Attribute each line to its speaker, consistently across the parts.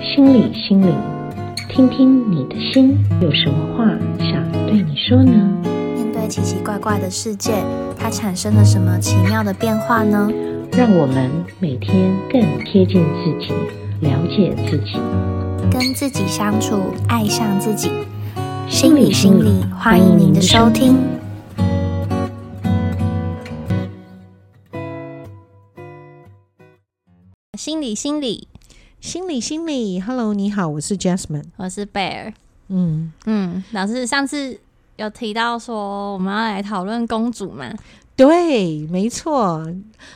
Speaker 1: 心理心灵，听听你的心有什么话想对你说呢？
Speaker 2: 面对奇奇怪怪的世界，它产生了什么奇妙的变化呢？
Speaker 1: 让我们每天更贴近自己，了解自己。
Speaker 2: 跟自己相处，爱上自己。
Speaker 1: 心理心理
Speaker 2: 欢迎您的收听。心理心理，
Speaker 1: 心理心理，Hello，你好，我是 Jasmine。
Speaker 2: 我是贝尔。
Speaker 1: 嗯，
Speaker 2: 嗯，老师上次有提到说我们要来讨论公主嘛？
Speaker 1: 对，没错，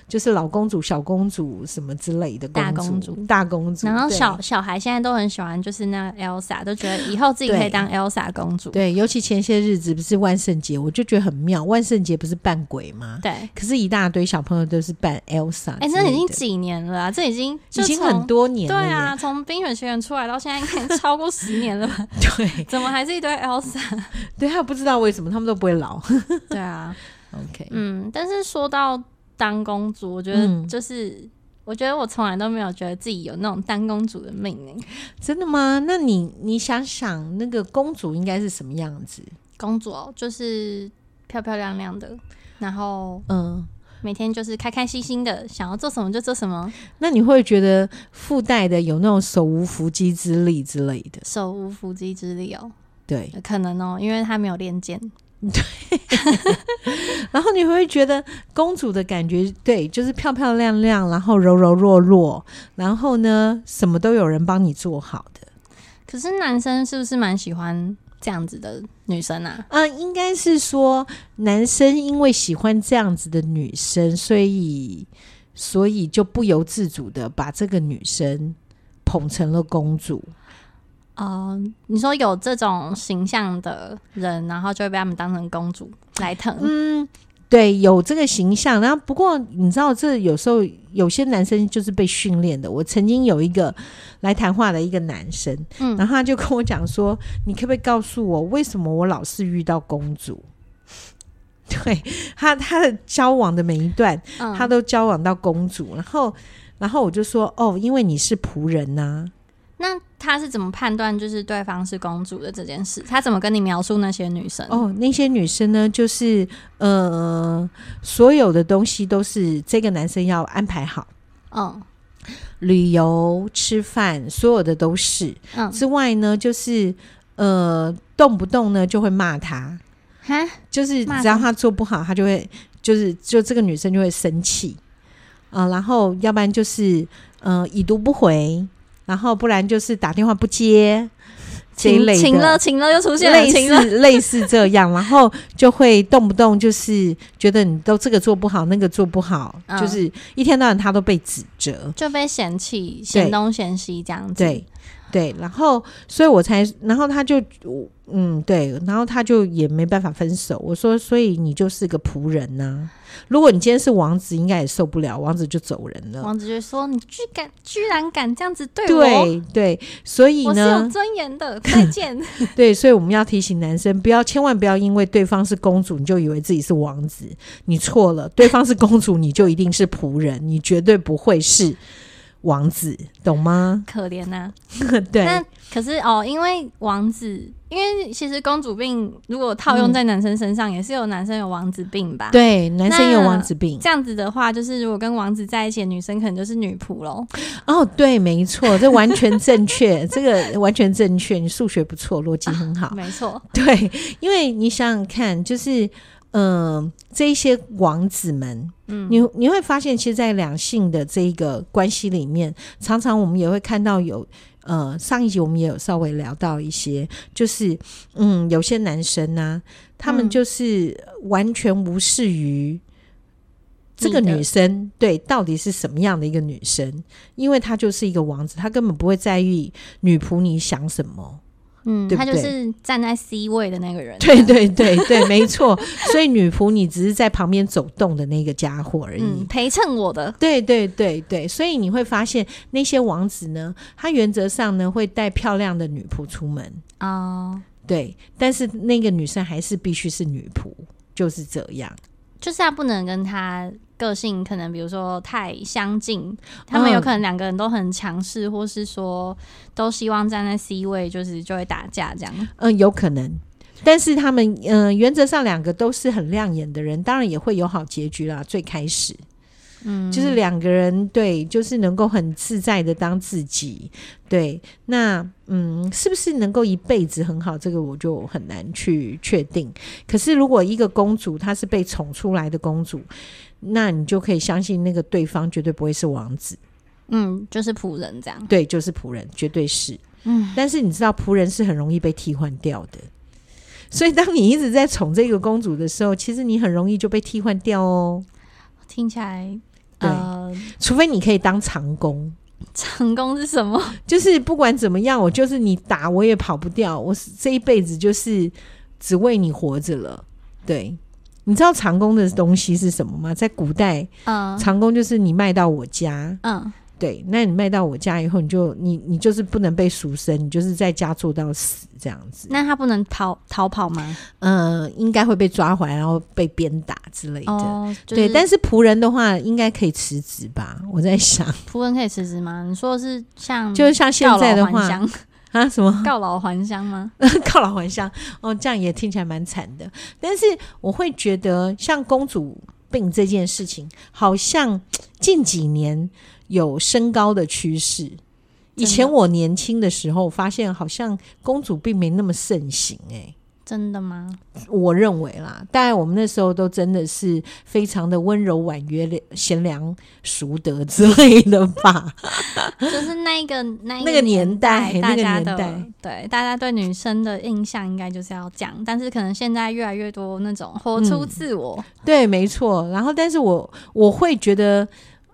Speaker 1: 就是老公主、小公主什么之类的
Speaker 2: 大
Speaker 1: 公
Speaker 2: 公
Speaker 1: 主
Speaker 2: 主
Speaker 1: 大公主，
Speaker 2: 然后
Speaker 1: 对
Speaker 2: 小小孩现在都很喜欢，就是那 Elsa，都觉得以后自己可
Speaker 1: 对
Speaker 2: 以当 Elsa 公主。
Speaker 1: 对，尤其前些日子不是万圣节，我就觉得很妙。万圣节不是扮鬼吗？
Speaker 2: 对，
Speaker 1: 可是，一大堆小朋友都是扮 Elsa 之类的。
Speaker 2: 哎、这已经几年了啊，这已经就
Speaker 1: 已经
Speaker 2: 从
Speaker 1: 很多年
Speaker 2: 对
Speaker 1: 了耶。
Speaker 2: 啊，从《冰雪奇缘》出来到现在，应该超过十年了吧？
Speaker 1: 对
Speaker 2: 怎么还是一堆 Elsa？
Speaker 1: 对，他不知道为什么他们都不会老。
Speaker 2: 对啊，
Speaker 1: OK，
Speaker 2: 嗯，但是说到当公主，我觉得
Speaker 1: 嗯
Speaker 2: 就是，我觉得我从来都没有觉得自己有那种当公主的命令。
Speaker 1: 真的吗？那你你想想，那个公主应该是什么样子？
Speaker 2: 公主哦就是漂漂亮亮的，然后
Speaker 1: 嗯，
Speaker 2: 每天就是开开心心的，想要做什么就做什么，
Speaker 1: 那你会觉得附带的有那种手无缚鸡之力之类的，
Speaker 2: 手无缚鸡之力哦，
Speaker 1: 对。
Speaker 2: 可能哦，因为她没有练剑。
Speaker 1: 然后你会觉得公主的感觉，对，就是漂漂亮亮，然后柔柔弱弱，然后呢，什么都有人帮你做好的。
Speaker 2: 可是男生是不是蛮喜欢这样子的女生啊？
Speaker 1: 嗯、应该是说男生因为喜欢这样子的女生，所以所以就不由自主的把这个女生捧成了公主。
Speaker 2: 哦、你说有这种形象的人，然后就会被他们当成公主来疼，
Speaker 1: 嗯，对，有这个形象。然后不过你知道，这有时候有些男生就是被训练的。我曾经有一个来谈话的一个男生，
Speaker 2: 嗯
Speaker 1: 然后他就跟我讲说：“你可不可以告诉我，为什么我老是遇到公主？” 对他，他的交往的每一段，
Speaker 2: 嗯
Speaker 1: 他都交往到公主，然后，然后我就说：“哦，因为你是仆人啊呐、
Speaker 2: 那他是怎么判断就是对方是公主的这件事？他怎么跟你描述那些女生？
Speaker 1: 哦，那些女生呢，就是呃，所有的东西都是这个男生要安排好。”
Speaker 2: 嗯
Speaker 1: 旅游、吃饭，所有的都是。
Speaker 2: 嗯，
Speaker 1: 之外呢，就是呃，动不动呢就会骂他，
Speaker 2: 哈，
Speaker 1: 就是
Speaker 2: 骂
Speaker 1: 只要他做不好，他就会就是就这个女生就会生气啊、呃然后要不然就是呃已读不回，然后不然就是打电话不接这一
Speaker 2: 情
Speaker 1: 类的。
Speaker 2: 情了情了又出现了
Speaker 1: 类
Speaker 2: 情了，
Speaker 1: 似类似这样，然后就会动不动就是觉得你都这个做不好，那个做不好，
Speaker 2: 嗯
Speaker 1: 就是一天到晚他都被指责。
Speaker 2: 就被嫌弃，嫌东嫌西这样子。
Speaker 1: 对，对，然后所以我才，然后他就，我嗯，对，然后他就也没办法分手。我说，所以你就是个仆人呐、如果你今天是王子，应该也受不了，王子就走人了。
Speaker 2: 王子就说：“你居敢居然敢这样子对我，
Speaker 1: 对对，所以
Speaker 2: 我是有
Speaker 1: 呢，
Speaker 2: 尊严 的，再见。？”
Speaker 1: 对，所以我们要提醒男生，不要千万不要因为对方是公主，你就以为自己是王子，你错了。对方是公主，你就一定是仆人，你绝对不会是王子，懂吗
Speaker 2: 可怜呐、
Speaker 1: 对，
Speaker 2: 那可是哦，因为王子，因为其实公主病如果套用在男生身上，也是有男生有王子病吧？。
Speaker 1: 嗯对，男生有王
Speaker 2: 那
Speaker 1: 子病。
Speaker 2: 这样子的话，就是如果跟王子在一起的女生，可能就是女仆喽。
Speaker 1: 哦，对，没错，这完全正确，这个完全正确，你数学不错，逻辑很好。
Speaker 2: 没错，
Speaker 1: 对，因为你想想看，就是嗯、呃这一些王子们，
Speaker 2: 嗯
Speaker 1: 你你会发现，其实，在两性的这一个关系里面，常常我们也会看到有。呃，上一集我们也有稍微聊到一些，就是嗯，有些男生呢、他们
Speaker 2: 嗯
Speaker 1: 就是完全无视于这个
Speaker 2: 你的
Speaker 1: 女生对到底是什么样的一个女生，因为她就是一个王子，他根本不会在意女仆你想什么。
Speaker 2: 嗯，
Speaker 1: 对不
Speaker 2: 他
Speaker 1: 对
Speaker 2: 就是站在 C 位的那个人。
Speaker 1: 对对对对，没错。所以女仆你只是在旁边走动的那个家伙而已。
Speaker 2: 嗯，陪衬我的，
Speaker 1: 对对对对，所以你会发现那些王子呢，他原则上呢会带漂亮的女仆出门，
Speaker 2: 哦，
Speaker 1: 对，但是那个女生还是必须是女仆，就是这样。
Speaker 2: 就是他不能跟他个性可能比如说太相近，他
Speaker 1: 嗯
Speaker 2: 们有可能两个人都很强势，或是说都希望站在 C 位，就是就会打架这样。
Speaker 1: 嗯、有可能。但是他们，嗯、原则上两个都是很亮眼的人，当然也会有好结局啦。最开始，
Speaker 2: 嗯，
Speaker 1: 就是两个人对，就是能够很自在的当自己。对，那嗯，是不是能够一辈子很好？这个我就很难去确定。可是如果一个公主她是被宠出来的公主，那你就可以相信那个对方绝对不会是王子，
Speaker 2: 嗯，就是仆人这样。
Speaker 1: 对，就是仆人，绝对是。
Speaker 2: 嗯，
Speaker 1: 但是你知道仆人是很容易被替换掉的，所以当你一直在宠这个公主的时候，其实你很容易就被替换掉哦。
Speaker 2: 听起来
Speaker 1: 对
Speaker 2: 呃，
Speaker 1: 除非你可以当长工，
Speaker 2: 成功是什么？
Speaker 1: 就是不管怎么样，我就是你打我也跑不掉，我是这一辈子就是只为你活着了。对，你知道长工的东西是什么吗？在古代，
Speaker 2: 嗯
Speaker 1: 长工就是你卖到我家，
Speaker 2: 嗯，
Speaker 1: 对，那你卖到我家以后，你就你你就是不能被赎身，你就是在家做到死这样子。
Speaker 2: 那他不能逃逃跑吗？
Speaker 1: 嗯，应该会被抓回来，然后被鞭打之类的。
Speaker 2: 哦，就
Speaker 1: 对，但
Speaker 2: 是
Speaker 1: 是仆人的话，应该可以辞职吧？我在想，
Speaker 2: 仆人可以辞职吗？你说的是像
Speaker 1: 就是像现
Speaker 2: 告
Speaker 1: 在
Speaker 2: 嗯老还
Speaker 1: 的话
Speaker 2: 乡，
Speaker 1: 啊，什么
Speaker 2: 告老还乡吗？
Speaker 1: 告老还乡，哦，这样也听起来蛮惨的。但是我会觉得，像公主病这件事情，好像近几年有升高的趋势。以前
Speaker 2: 真
Speaker 1: 我年轻的时候，发现好像公主并没那么盛行、欸，
Speaker 2: 真的吗？
Speaker 1: 我认为啦，当然我们那时候都真的是非常的温柔婉约、贤良淑德之类的吧。
Speaker 2: 就是那一个那一
Speaker 1: 那个年
Speaker 2: 年
Speaker 1: 代那
Speaker 2: 大
Speaker 1: 个
Speaker 2: 家
Speaker 1: 年
Speaker 2: 的
Speaker 1: 代
Speaker 2: 对大家对女生的印象应该就是要这样，但是可能现在越来越多那种活出
Speaker 1: 嗯
Speaker 2: 自我，
Speaker 1: 对，没错。然后，但是我我会觉得，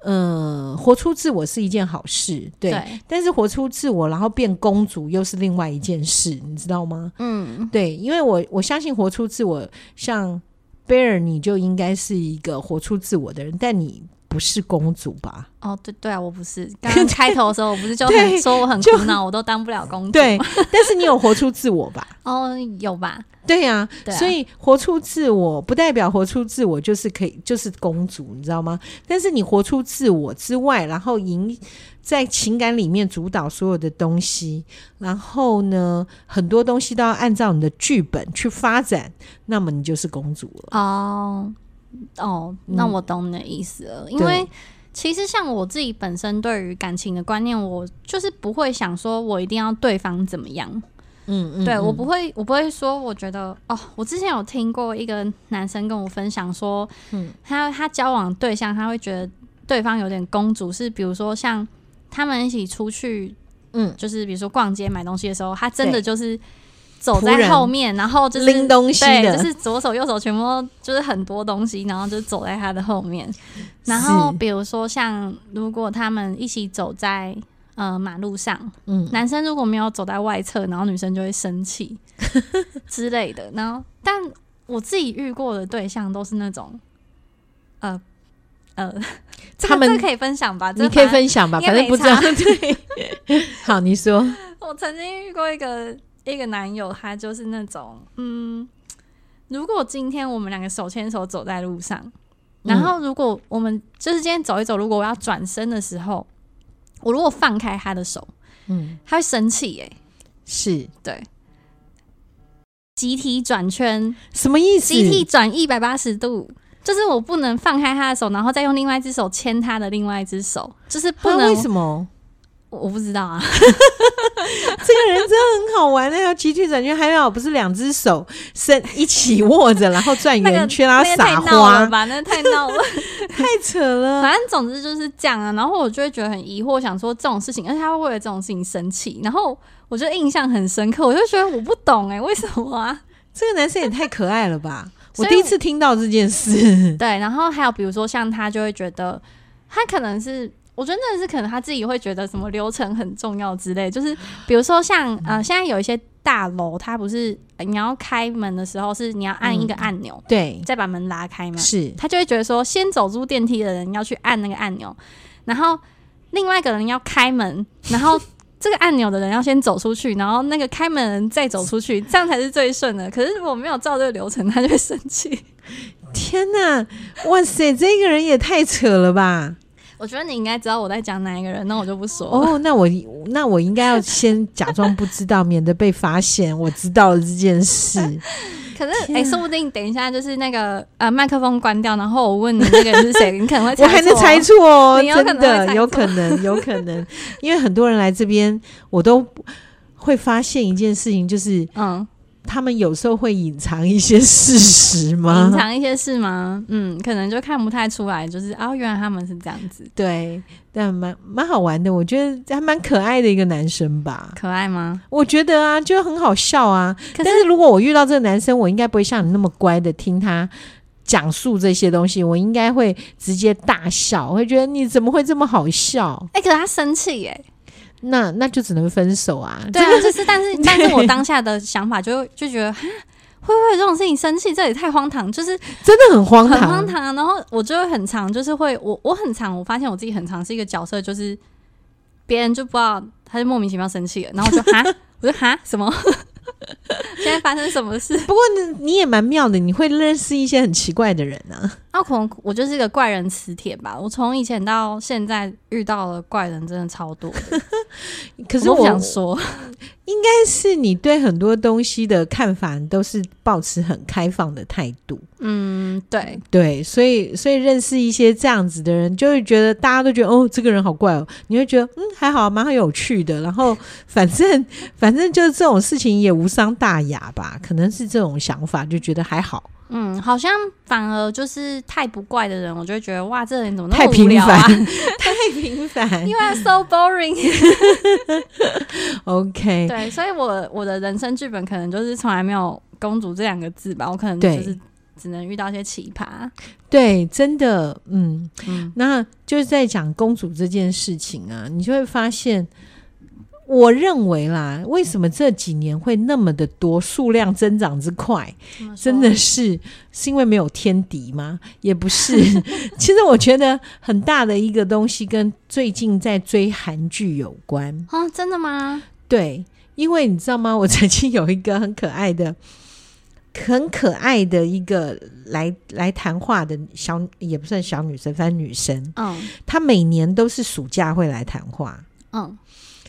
Speaker 1: 呃，活出自我是一件好事，对。
Speaker 2: 对，
Speaker 1: 但是活出自我，然后变公主又是另外一件事，你知道吗？
Speaker 2: 嗯，
Speaker 1: 对，因为我我相信活出自我，像贝尔，你就应该是一个活出自我的人，但你不是公主吧？
Speaker 2: 哦，对对啊，我不 是刚刚开头的时候，我不是就
Speaker 1: 对
Speaker 2: 很说我很
Speaker 1: 就
Speaker 2: 苦恼，我都当不了公主，
Speaker 1: 对，但是你有活出自我吧？
Speaker 2: 哦，有吧？
Speaker 1: 对呀、
Speaker 2: 对啊
Speaker 1: 所以活出自我不代表活出自我就是可以就是公主，你知道吗？但是你活出自我之外，然后赢在情感里面主导所有的东西，然后呢，很多东西都要按照你的剧本去发展，那么你就是公主了。
Speaker 2: 哦哦，那
Speaker 1: 嗯
Speaker 2: 我懂你的意思了，因
Speaker 1: 对
Speaker 2: 为。其实像我自己本身对于感情的观念，我就是不会想说我一定要对方怎么样，
Speaker 1: 嗯嗯
Speaker 2: 对我不会，我不会说，我觉得哦，我之前有听过一个男生跟我分享说，
Speaker 1: 嗯
Speaker 2: 他他交往对象他会觉得对方有点公主，是比如说像他们一起出去，
Speaker 1: 嗯，
Speaker 2: 就是比如说逛街买东西的时候，他真的
Speaker 1: 对
Speaker 2: 就是走
Speaker 1: 仆
Speaker 2: 在
Speaker 1: 人
Speaker 2: 后面，然后就是
Speaker 1: 拎东西
Speaker 2: 对，
Speaker 1: 的，
Speaker 2: 就是左手右手全部都就是很多东西，然后就走在他的后面。然后
Speaker 1: 是
Speaker 2: 比如说像如果他们一起走在呃马路上，
Speaker 1: 嗯
Speaker 2: 男生如果没有走在外侧，然后女生就会生 气之类的。然后，但我自己遇过的对象都是那种，呃呃， 这
Speaker 1: 他
Speaker 2: 个
Speaker 1: 们
Speaker 2: 这个可以分享吧？这
Speaker 1: 你
Speaker 2: 个
Speaker 1: 可以
Speaker 2: 反
Speaker 1: 分享吧，
Speaker 2: 应该
Speaker 1: 反正不
Speaker 2: 没
Speaker 1: 知道。 对， 好，你说，
Speaker 2: 正。我曾经遇过一个一个男友，他就是那种，嗯，如果今天我们两个手牵手走在路上，然
Speaker 1: 嗯
Speaker 2: 后如果我们就是今天走一走，如果我要转身的时候，我如果放开他的手，
Speaker 1: 嗯，
Speaker 2: 他会生气耶、
Speaker 1: 是
Speaker 2: 对，集体转圈，
Speaker 1: 什么意思？
Speaker 2: 集体转一百八十度，就是我不能放开他的手，然后再用另外一只手牵他的另外一只手，就是不
Speaker 1: 啊
Speaker 2: 能
Speaker 1: 为。什么？
Speaker 2: 我我不知道啊，
Speaker 1: 这个人真的很好玩欸 的、要集体转圈，还好不是两只手伸一起握着，然后转
Speaker 2: 那
Speaker 1: 圆
Speaker 2: 个
Speaker 1: 圈，然
Speaker 2: 那
Speaker 1: 后
Speaker 2: 个太
Speaker 1: 撒
Speaker 2: 闹了
Speaker 1: 花，
Speaker 2: 吧，那个太闹了。
Speaker 1: 太扯了。
Speaker 2: 反正总之就是这样啊。然后我就会觉得很疑惑，想说这种事情，而且他会为了这种事情生气。然后我就印象很深刻，我就觉得我不懂哎、为什么啊？
Speaker 1: 这个男生也太可爱了吧！我
Speaker 2: 所以
Speaker 1: 第一次听到这件 事，
Speaker 2: 对，然后还有比如说像他就会觉得，他可能是我觉得那是可能他自己会觉得什么流程很重要之类，就是比如说像呃现在有一些大楼，它不是呃你要开门的时候是你要按一个按钮、
Speaker 1: 对，
Speaker 2: 再把门拉开嘛，
Speaker 1: 是
Speaker 2: 他就会觉得说先走出电梯的人要去按那个按钮，然后另外一个人要开门，然后。这个按钮的人要先走出去，然后那个开门的人再走出去，这样才是最顺的。可是我没有照这个流程，他就会生气。
Speaker 1: 天哪，哇塞，这个人也太扯了吧！
Speaker 2: 我觉得你应该知道我在讲哪一个人，那我就不说了。
Speaker 1: 哦，那我那我应该要先假装不知道，免得被发现我知道了这件事。
Speaker 2: 可是，
Speaker 1: 天
Speaker 2: 哎、
Speaker 1: 啊
Speaker 2: 说不定等一下就是那个呃麦克风关掉，然后我问你那个人是谁，你可能会猜
Speaker 1: 我还能
Speaker 2: 错
Speaker 1: 猜错 哦，
Speaker 2: 你有可
Speaker 1: 真
Speaker 2: 能会
Speaker 1: 的
Speaker 2: 猜
Speaker 1: 有
Speaker 2: 错
Speaker 1: 可能，有可能， 因为很多人来这边，我都会发现一件事情，就是
Speaker 2: 嗯，
Speaker 1: 他们有时候会隐藏一些事实 吗？
Speaker 2: 隐藏一些事吗？嗯，可能就看不太出来，就是哦，原来他们是这样子，
Speaker 1: 对，但蛮蛮好玩的，我觉得还蛮可爱的一个男生吧。
Speaker 2: 可爱吗？
Speaker 1: 我觉得啊，就很好笑啊。
Speaker 2: 可是
Speaker 1: 但是如果我遇到这个男生，我应该不会像你那么乖的听他讲述这些东西，我应该会直接大笑，会觉得你怎么会这么好笑？
Speaker 2: 哎、可是他生气耶、
Speaker 1: 那那就只能分手啊。
Speaker 2: 对
Speaker 1: 这
Speaker 2: 啊，
Speaker 1: 个
Speaker 2: 就是，但 是，但是我当下的想法就就觉得，哈会不会有这种事情生气？这也太荒唐，就是
Speaker 1: 真的很荒
Speaker 2: 很
Speaker 1: 唐，
Speaker 2: 荒唐啊。然后我就会很常，就是会我我很常，我发现我自己很常是一个角色，就是别人就不知道，他就莫名其妙生气了，然后我就 哈，我就哈什么？ 现在发生什么 事？
Speaker 1: 不过你你也蛮妙的，你会认识一些很奇怪的人啊。
Speaker 2: 那可能我就是一个怪人磁铁吧。我从以前到现在遇到了怪人真的超多的，
Speaker 1: 可是
Speaker 2: 我
Speaker 1: 我
Speaker 2: 不想说，
Speaker 1: 但是你对很多东西的看法都是保持很开放的态度，
Speaker 2: 嗯，对，
Speaker 1: 对，所以所以认识一些这样子的人，就会觉得大家都觉得哦，这个人好怪哦，你会觉得嗯还好，蛮有趣的。然后反正 反正就是这种事情也无伤大雅吧，可能是这种想法，就觉得还好，
Speaker 2: 嗯，好像反而就是太不怪的人，我就会觉得哇，这人怎么那
Speaker 1: 太
Speaker 2: 么无
Speaker 1: 平
Speaker 2: 聊啊
Speaker 1: 凡，太平凡
Speaker 2: 因。为 so boring。
Speaker 1: OK，
Speaker 2: 对，所以我我的人生剧本可能就是从来没有“公主”这两个字吧，我可能
Speaker 1: 对
Speaker 2: 就是只能遇到一些奇葩。
Speaker 1: 对，真的，嗯，
Speaker 2: 嗯，
Speaker 1: 那就是在讲公主这件事情啊，你就会发现，我认为啦，为什么这几年会那么的多，数量增长之快，
Speaker 2: 怎嗯么说
Speaker 1: 真的是是因为没有天敌吗？也不是，其实我觉得很大的一个东西跟最近在追韩剧有关，
Speaker 2: 啊，真的吗？
Speaker 1: 对，因为你知道吗？我曾经有一个很可爱的、很可爱的一个来来谈话的小，也不算小女生，反正女生，
Speaker 2: 嗯
Speaker 1: 她每年都是暑假会来谈话，
Speaker 2: 嗯，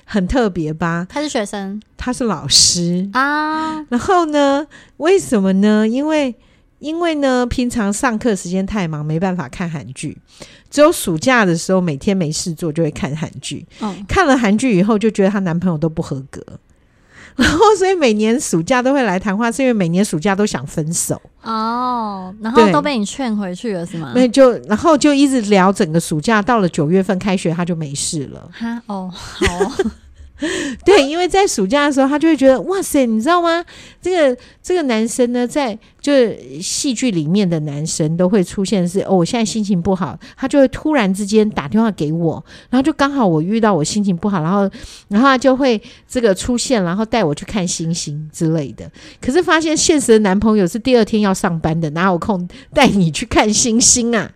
Speaker 1: 很特别吧？
Speaker 2: 他是学生
Speaker 1: 她是老师，
Speaker 2: 啊，
Speaker 1: 然后呢？为什么呢？因为因为呢，平常上课时间太忙，没办法看韩剧，只有暑假的时候每天没事做就会看韩剧。
Speaker 2: 嗯，
Speaker 1: 看了韩剧以后就觉得她男朋友都不合格，然后所以每年暑假都会来谈话，是因为每年暑假都想分手，
Speaker 2: 哦，然后
Speaker 1: 对
Speaker 2: 都被你劝回去了是吗？
Speaker 1: 那就然后就一直聊整个暑假，到了九月份开学她就没事了。
Speaker 2: 哈哦，好哦
Speaker 1: 对，因为在暑假的时候，她就会觉得哇塞，你知道吗？这个这个男生呢，在就是戏剧里面的男生都会出现是哦，我现在心情不好，他就会突然之间打电话给我，然后就刚好我遇到我心情不好，然后然后他就会这个出现，然后带我去看星星之类的。可是发现现实的男朋友是第二天要上班的，哪有空带你去看星星啊？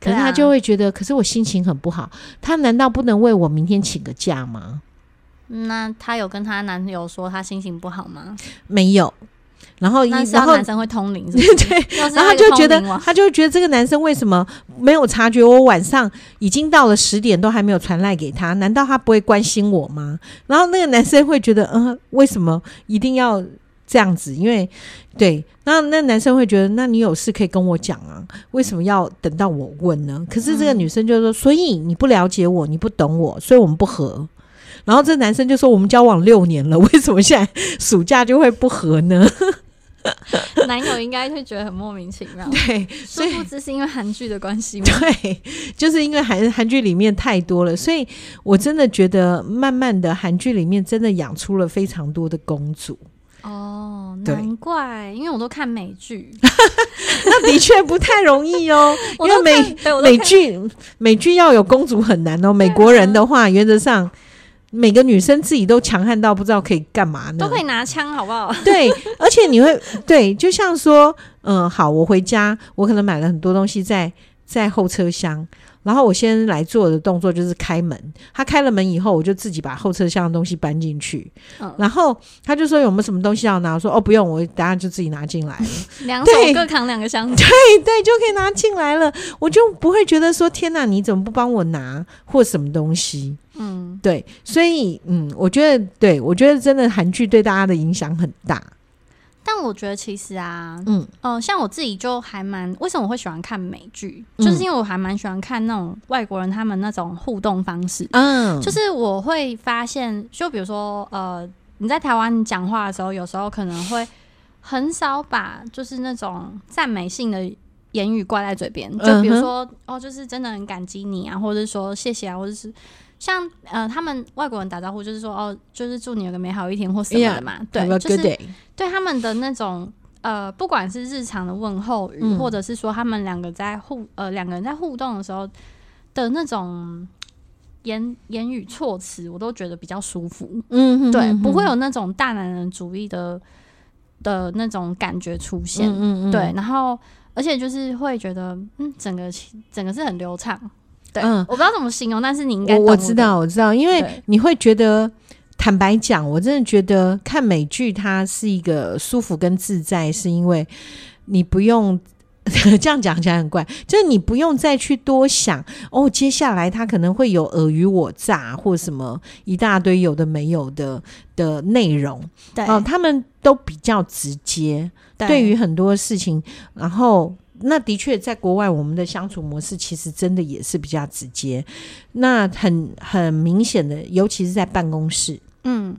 Speaker 1: 可
Speaker 2: 对
Speaker 1: 是他
Speaker 2: 啊
Speaker 1: 就会觉得，可是我心情很不好，他难道不能为我明天请个假吗？
Speaker 2: 那她有跟她男友说她心情不好吗？
Speaker 1: 没有。 然后一，
Speaker 2: 那是
Speaker 1: 然
Speaker 2: 要
Speaker 1: 后
Speaker 2: 男生会通灵是不是？
Speaker 1: 对
Speaker 2: 又是
Speaker 1: 然
Speaker 2: 那
Speaker 1: 后他
Speaker 2: 个
Speaker 1: 就觉
Speaker 2: 通灵
Speaker 1: 得，
Speaker 2: 王，
Speaker 1: 他就觉得这个男生为什么没有察觉我晚上已经到了十点都还没有传赖给他？难道他不会关心我吗？然后那个男生会觉得，嗯、为什么一定要这样子？因为对，那那男生会觉得，那你有事可以跟我讲啊，为什么要等到我问呢？可是这个
Speaker 2: 嗯
Speaker 1: 女生就说，所以你不了解我，你不懂我，所以我们不合。然后这男生就说：“我们交往六年了，为什么现在 暑假就会不合呢？”
Speaker 2: 男友应该会觉得很莫名其妙。
Speaker 1: 对，
Speaker 2: 殊
Speaker 1: 所以
Speaker 2: 不知是因为韩剧的关系吗？
Speaker 1: 对，就是因为韩韩剧里面太多了，所以我真的觉得慢慢的韩剧里面真的养出了非常多的公主。
Speaker 2: 哦，
Speaker 1: 对
Speaker 2: 难怪，因为我都看美 剧，
Speaker 1: 那的确不太容易哦，因
Speaker 2: 我都
Speaker 1: 为
Speaker 2: 看
Speaker 1: 美
Speaker 2: 对我都
Speaker 1: 美
Speaker 2: 看
Speaker 1: 剧美剧要有公主很难哦。美国人的话，原则上每个女生自己都强悍到不知道可以干嘛呢，
Speaker 2: 都可以拿枪，好不 好？
Speaker 1: 对，而且你会对，就像说，嗯，好，我回家，我可能买了很多东西在在后车厢，然后我先来做的动作就是开门，他开了门以后，我就自己把后车厢的东西搬进去，
Speaker 2: 嗯
Speaker 1: 然后他就说有没有什么东西要拿，我说哦不用，我等下就自己拿进来 了。
Speaker 2: 两手
Speaker 1: 对
Speaker 2: 各扛两个箱子，
Speaker 1: 对对，就可以拿进来了，我就不会觉得说天哪，你怎么不帮我拿或什么东西？
Speaker 2: 嗯，
Speaker 1: 对，所以嗯，我觉得对我觉得真的韩剧对大家的影响很大。
Speaker 2: 但我觉得其实啊，
Speaker 1: 嗯
Speaker 2: 呃，像我自己就还蛮，为什么我会喜欢看美剧，就是
Speaker 1: 嗯
Speaker 2: 因为我还蛮喜欢看那种外国人他们那种互动方式，
Speaker 1: 嗯，
Speaker 2: 就是我会发现，就比如说呃，你在台湾讲话的时候，有时候可能会很少把就是那种赞美性的。言语挂在嘴边，就比
Speaker 1: 嗯
Speaker 2: 如
Speaker 1: 哼
Speaker 2: 说、哦，就是真的很感激你啊，或者是说谢谢啊，或者是像呃，他们外国人打招呼就是说哦，就是祝你有个美好一天或什么
Speaker 1: Yeah，
Speaker 2: 的嘛
Speaker 1: Have
Speaker 2: 对，
Speaker 1: a
Speaker 2: 就是
Speaker 1: good day。
Speaker 2: 对他们的那种呃，不管是日常的问候语，
Speaker 1: 嗯
Speaker 2: 或者是说他们两个在互呃两个人在互动的时候的那种言言语措辞，我都觉得比较舒服。
Speaker 1: 嗯哼
Speaker 2: 对，
Speaker 1: 哼
Speaker 2: 不会
Speaker 1: 哼
Speaker 2: 有那种大男人主义的的那种感觉出现。
Speaker 1: 嗯嗯嗯
Speaker 2: 对，然后而且就是会觉得嗯，整个整个是很流畅。对，
Speaker 1: 嗯
Speaker 2: 我不知道怎么形容，但是你应该
Speaker 1: 我
Speaker 2: 懂
Speaker 1: 我知
Speaker 2: 的
Speaker 1: 道，我知道，因为
Speaker 2: 对
Speaker 1: 你会觉得，坦白讲，我真的觉得看美剧它是一个舒服跟自在，是因为你不用。 这样讲起来很怪，就是你不用再去多想哦，接下来他可能会有尔虞我诈或什么一大堆有的没有的的内容
Speaker 2: 对、
Speaker 1: 哦，他们都比较直接，
Speaker 2: 对
Speaker 1: 对于很多事情，然后那的确在国外，我们的相处模式其实真的也是比较直接。那很很明显的，尤其是在办公室，
Speaker 2: 嗯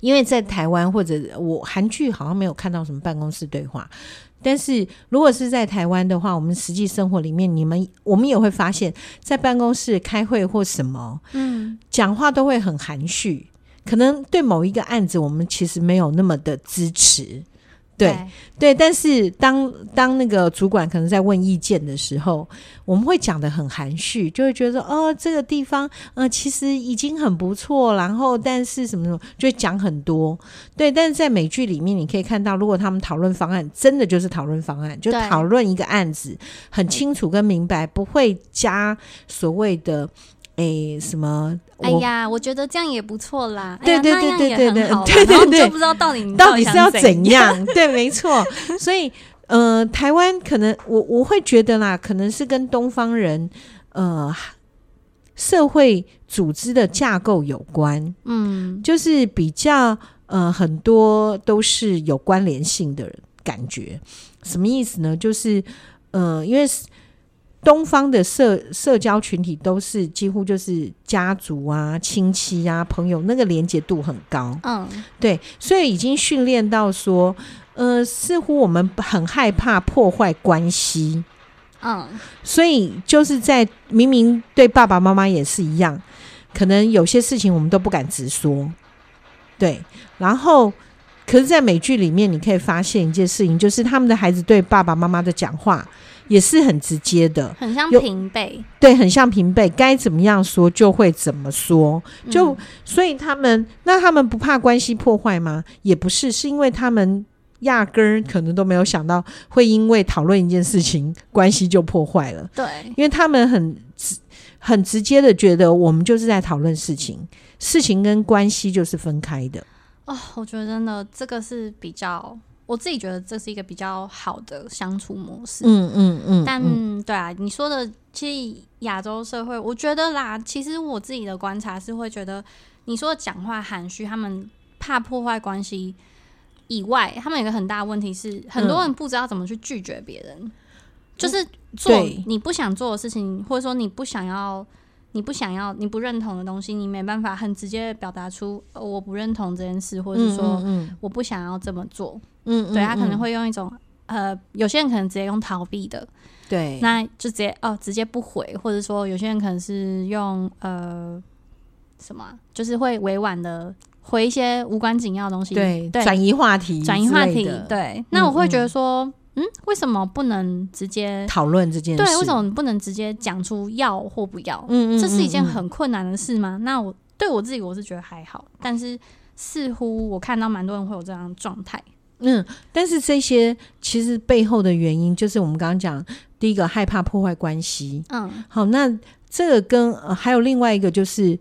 Speaker 1: 因为在台湾或者我韩剧好像没有看到什么办公室对话。但是如果是在台湾的话，我们实际生活里面，你们我们也会发现，在办公室开会或什么
Speaker 2: 嗯
Speaker 1: 讲话都会很含蓄，可能对某一个案子，我们其实没有那么的支持。对，对，但是当当那个主管可能在问意见的时候，我们会讲的很含蓄，就会觉得哦，这个地方呃其实已经很不错，然后但是什么什么，就会讲很多。对，但是在美剧里面你可以看到，如果他们讨论方案，真的就是讨论方案，就
Speaker 2: 对
Speaker 1: 讨论一个案子，很清楚跟明白，不会加所谓的诶什么。
Speaker 2: 哎
Speaker 1: 我
Speaker 2: 呀，我觉得这样也不错啦。
Speaker 1: 对
Speaker 2: 哎呀
Speaker 1: 对
Speaker 2: 那
Speaker 1: 对
Speaker 2: 样
Speaker 1: 对
Speaker 2: 也
Speaker 1: 对
Speaker 2: 很
Speaker 1: 对
Speaker 2: 好啦
Speaker 1: 对对
Speaker 2: 然后你
Speaker 1: 对
Speaker 2: 就不知道到底你
Speaker 1: 到底
Speaker 2: 想
Speaker 1: 是要
Speaker 2: 怎
Speaker 1: 怎？样？对，没错。所以，呃，台湾可能我我会觉得啦，可能是跟东方人呃社会组织的架构有关，
Speaker 2: 嗯，
Speaker 1: 就是比较呃很多都是有关联性的感觉。什么意思呢？就是呃，因为是东方的社社交群体都是几乎就是家族啊、亲戚啊、朋友，那个连结度很高。
Speaker 2: 嗯，
Speaker 1: 对，所以已经训练到说，呃，似乎我们很害怕破坏关系，
Speaker 2: 嗯，
Speaker 1: 所以就是在明明对爸爸妈妈也是一样，可能有些事情我们都不敢直说，对，然后。可是，在美剧里面，你可以发现一件事情，就是他们的孩子对爸爸妈妈的讲话也是很直接的，
Speaker 2: 很像
Speaker 1: 有
Speaker 2: 平辈，
Speaker 1: 对，很像平辈，该怎么样说就会怎么说。
Speaker 2: 嗯
Speaker 1: 就所以他们那他们不怕关系破坏吗？也不是，是因为他们压根儿可能都没有想到会因为讨论一件事情关系就破坏了，
Speaker 2: 对，
Speaker 1: 因为他们很直很直接的觉得我们就是在讨论事情，事情跟关系就是分开的。
Speaker 2: 哦，我觉得真的这个是比较，我自己觉得这是一个比较好的相处模式。
Speaker 1: 嗯嗯嗯
Speaker 2: 但
Speaker 1: 嗯
Speaker 2: 对啊，你说的其实亚洲社会，我觉得啦，其实我自己的观察是会觉得，你说的讲话含蓄，他们怕破坏关系以外，他们有一个很大的问题是，很
Speaker 1: 嗯
Speaker 2: 多人不知道怎么去拒绝别人，就是做
Speaker 1: 对
Speaker 2: 你不想做的事情，或者说你不想要。你不想要、你不认同的东西，你没办法很直接地表达出、呃我不认同这件事，或者是说、
Speaker 1: 嗯
Speaker 2: 我不想要这么做。
Speaker 1: 嗯嗯
Speaker 2: 对他可能
Speaker 1: 嗯
Speaker 2: 会用一种呃，有些人可能直接用逃避的，
Speaker 1: 对
Speaker 2: 那就直接哦，直接不回，或者说有些人可能是用呃什么啊、就是会委婉的回一些无关紧要的东西，
Speaker 1: 对
Speaker 2: 对，
Speaker 1: 转移话题
Speaker 2: 转移话
Speaker 1: 之类
Speaker 2: 题
Speaker 1: 的，
Speaker 2: 对。那我会觉
Speaker 1: 嗯
Speaker 2: 得说，嗯为什么不能直接？
Speaker 1: 讨论这件事，
Speaker 2: 对，为什么不能直接讲出要或不要？
Speaker 1: 嗯？嗯嗯，
Speaker 2: 这是一件
Speaker 1: 嗯
Speaker 2: 很困难的事吗？那我对我自己我是觉得还好，但是似乎我看到蛮多人会有这样的状态，
Speaker 1: 嗯，但是这些其实背后的原因就是我们刚刚讲，第一个害怕破坏关系，
Speaker 2: 嗯
Speaker 1: 好，那这个跟、呃、还有另外一个就是，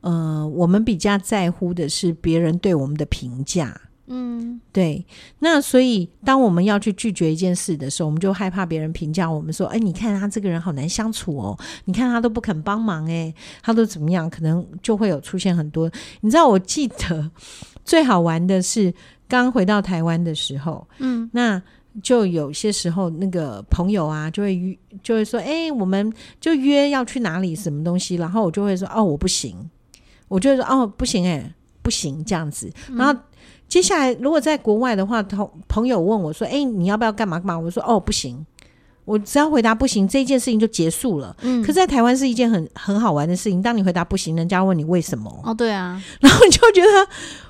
Speaker 1: 呃，我们比较在乎的是别人对我们的评价。
Speaker 2: 嗯
Speaker 1: 对，那所以当我们要去拒绝一件事的时候，我们就害怕别人评价我们说：“哎，你看他这个人好难相处哦，你看他都不肯帮忙，哎，他都怎么样？”可能就会有出现很多。你知道，我记得最好玩的是刚回到台湾的时候，
Speaker 2: 嗯
Speaker 1: 那就有些时候那个朋友啊，就会约，就会说，哎、我们就约要去哪里什么东西，然后我就会说，哦，我不行，我就会说，哦，不行、哎，不行，这样子。然后接下来如果在国外的话，同朋友问我说，哎、你要不要干嘛干嘛？我说，哦，不行。我只要回答不行，这件事情就结束了。
Speaker 2: 嗯
Speaker 1: 可是，在台湾是一件很很好玩的事情。当你回答不行，人家问你为什么，
Speaker 2: 哦，对啊，
Speaker 1: 然后你就觉得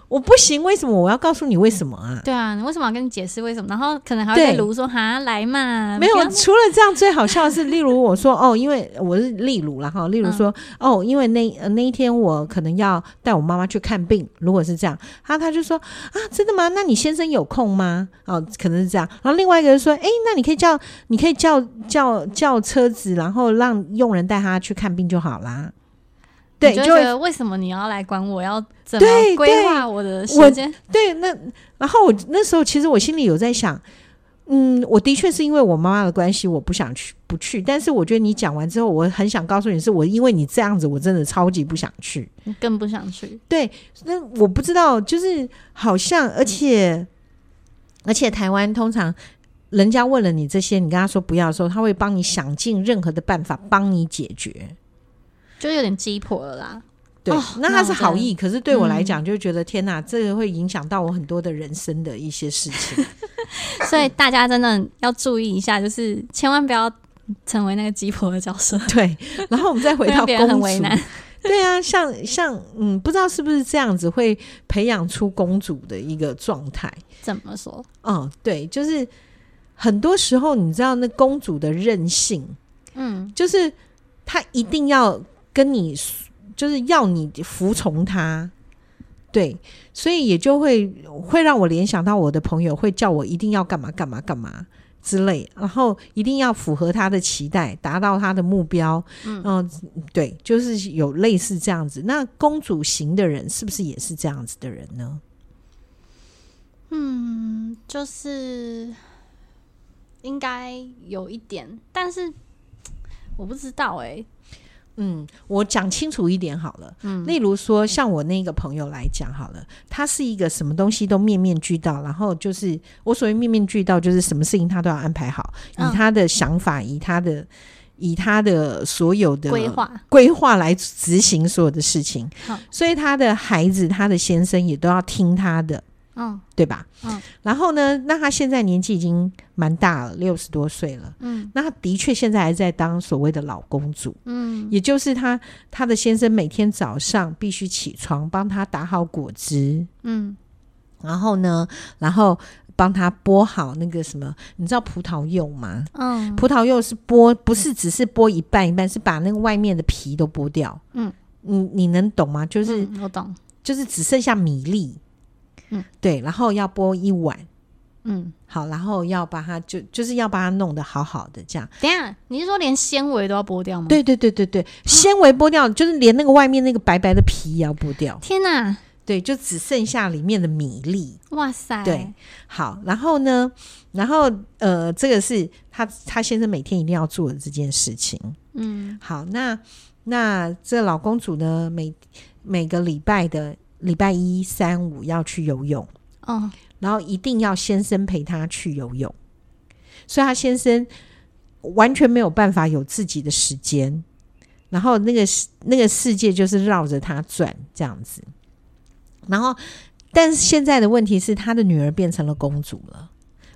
Speaker 1: 我不行，为什么？我要告诉你为什么啊？
Speaker 2: 对啊，你为什么要跟你解释为什么？然后可能还会被
Speaker 1: 对
Speaker 2: 卢说哈来嘛，
Speaker 1: 没
Speaker 2: 不
Speaker 1: 有
Speaker 2: 要，那
Speaker 1: 除了这样，最好笑的是，例如我说哦，因为我是例如然后例
Speaker 2: 嗯
Speaker 1: 如说、哦，因为那呃那一天我可能要带我妈妈去看病，如果是这样，他他就说啊，真的吗？那你先生有空吗？哦，可能是这样。然后另外一个人说，诶，那你可以叫你可以叫叫叫车子，然后让佣人带他去看病就好啦。对，
Speaker 2: 你就
Speaker 1: 就
Speaker 2: 会觉
Speaker 1: 会
Speaker 2: 得为什么你要来管我要怎
Speaker 1: 对
Speaker 2: 么规划我的时间？
Speaker 1: 对，那然后我那时候其实我心里有在想，嗯，我的确是因为我妈妈的关系，我不想去不去。但是我觉得你讲完之后，我很想告诉你，是我因为你这样子，我真的超级不想去。
Speaker 2: 你更不想去。
Speaker 1: 那我不知道，就是好像，而且、而且台湾通常。人家问了你这些，你跟他说不要的时候，他会帮你想尽任何的办法帮你解决。
Speaker 2: 就有点鸡婆了啦。
Speaker 1: 对，
Speaker 2: 哦
Speaker 1: 那
Speaker 2: 那
Speaker 1: 他是
Speaker 2: 我嗯
Speaker 1: 好
Speaker 2: 真的
Speaker 1: 意，可是对我来讲，就觉得天哪，这个会影响到我很多的人生的一些事情。
Speaker 2: 所以大家真的要注意一下，就是千万不要成为那个鸡婆的角色，
Speaker 1: 对，然后我们 再回
Speaker 2: 会
Speaker 1: 到
Speaker 2: 让别人
Speaker 1: 公
Speaker 2: 很
Speaker 1: 主，
Speaker 2: 为难。
Speaker 1: 对啊，像像嗯，不知道是不是这样子会培养出公主的一个状态。
Speaker 2: 怎么说？
Speaker 1: 嗯，对，就是很多时候你知道那公主的任性，
Speaker 2: 嗯
Speaker 1: 就是她一定要跟你，就是要你服从她。对，所以也就会会让我联想到我的朋友会叫我一定要干嘛干嘛干嘛之类，然后一定要符合他的期待，达到他的目标。
Speaker 2: 嗯
Speaker 1: 对，就是有类似这样子。那公主型的人是不是也是这样子的人呢？
Speaker 2: 嗯，就是应该有一点，但是我不知道哎、
Speaker 1: 嗯，我讲清楚一点好了。
Speaker 2: 嗯
Speaker 1: 例如说，像我那个朋友来讲好了，他是一个什么东西都面面俱到，然后就是我所谓面面俱到，就是什么事情他都要安排好，
Speaker 2: 嗯
Speaker 1: 以他的想法，以他的以他的所有的
Speaker 2: 规划
Speaker 1: 规划来执行所有的事情嗯
Speaker 2: 好，
Speaker 1: 所以他的孩子、他的先生也都要听他的。
Speaker 2: 嗯
Speaker 1: 对吧？
Speaker 2: 嗯，
Speaker 1: 然后呢，那他现在年纪已经蛮大了，六十多岁了。
Speaker 2: 嗯
Speaker 1: 那他的确现在还在当所谓的老公主，
Speaker 2: 嗯
Speaker 1: 也就是他他的先生每天早上必须起床帮他打好果汁，
Speaker 2: 嗯
Speaker 1: 然后呢，然后帮他剥好那个什么，你知道葡萄柚吗？
Speaker 2: 嗯，
Speaker 1: 葡萄柚是剥，不是只是剥一半一半，是把那个外面的皮都剥掉。
Speaker 2: 嗯，
Speaker 1: 你你能懂吗？就、
Speaker 2: 就是嗯我懂，
Speaker 1: 就是只剩下米粒，
Speaker 2: 嗯，
Speaker 1: 对，然后要剥一碗。
Speaker 2: 嗯，
Speaker 1: 好，然后要把它就就是要把它弄得好好的这样。
Speaker 2: 等一下你是说连纤维都要剥掉吗？，
Speaker 1: 对对对对
Speaker 2: 啊
Speaker 1: 对，纤维剥掉，就是连那个外面那个白白的皮也要剥掉，
Speaker 2: 天哪、
Speaker 1: 对，就只剩下里面的米粒。
Speaker 2: 哇塞，
Speaker 1: 对，好，然后呢，然后呃，这个是他他先生每天一定要做的这件事情。
Speaker 2: 嗯
Speaker 1: 好，那那这老公主呢，每每个礼拜的礼拜一、三、五要去游泳。
Speaker 2: 哦，
Speaker 1: 然后一定要先生陪他去游泳，所以他先生完全没有办法有自己的时间，然后那个世那个世界就是绕着他转这样子。然后，但是现在的问题是，他的女儿变成了公主了，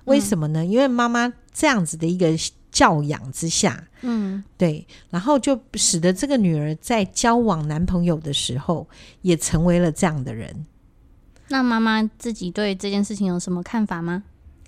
Speaker 1: 为什么呢？
Speaker 2: 嗯
Speaker 1: 因为妈妈这样子的一个教养之下，
Speaker 2: 嗯
Speaker 1: 对，然后就使得这个女儿在交往男朋友的时候，也成为了这样的人。
Speaker 2: 那妈妈自己对这件事情有什么看法吗？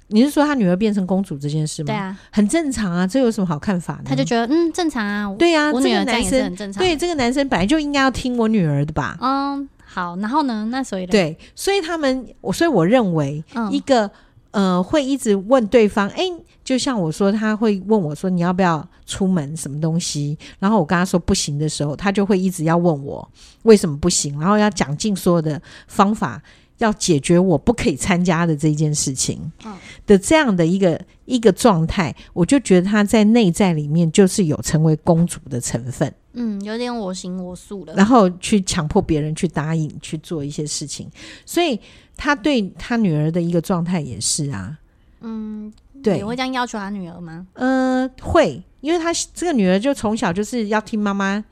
Speaker 1: 你是说他女儿变成公主这件事吗？
Speaker 2: 对啊，
Speaker 1: 很正常啊，这有什么好看法呢？
Speaker 2: 她就觉得嗯正常啊，
Speaker 1: 对啊，
Speaker 2: 我
Speaker 1: 这
Speaker 2: 女
Speaker 1: 个
Speaker 2: 儿这样
Speaker 1: 男
Speaker 2: 也是
Speaker 1: 生
Speaker 2: 很正常。
Speaker 1: 对这个男生本来就应该要听我女儿的吧？
Speaker 2: 哦嗯，好，然后呢？那所以呢，
Speaker 1: 对，所以他们，我所以我认为
Speaker 2: 嗯
Speaker 1: 一个、呃，会一直问对方，哎、就像我说，他会问我说你要不要出门什么东西，然后我跟他说不行的时候，他就会一直要问我为什么不行，然后要讲尽所有的方法要解决我不可以参加的这件事情、
Speaker 2: 嗯
Speaker 1: 的这样的一个一个状态，我就觉得他在内在里面就是有成为公主的成分。
Speaker 2: 嗯，有点我行我素了。
Speaker 1: 然后去强迫别人去答应去做一些事情，所以他对他女儿的一个状态也是啊，
Speaker 2: 嗯，
Speaker 1: 对
Speaker 2: 你，会这样要求他女儿吗？
Speaker 1: 呃，会，因为他这个女儿就从小就是要听妈妈。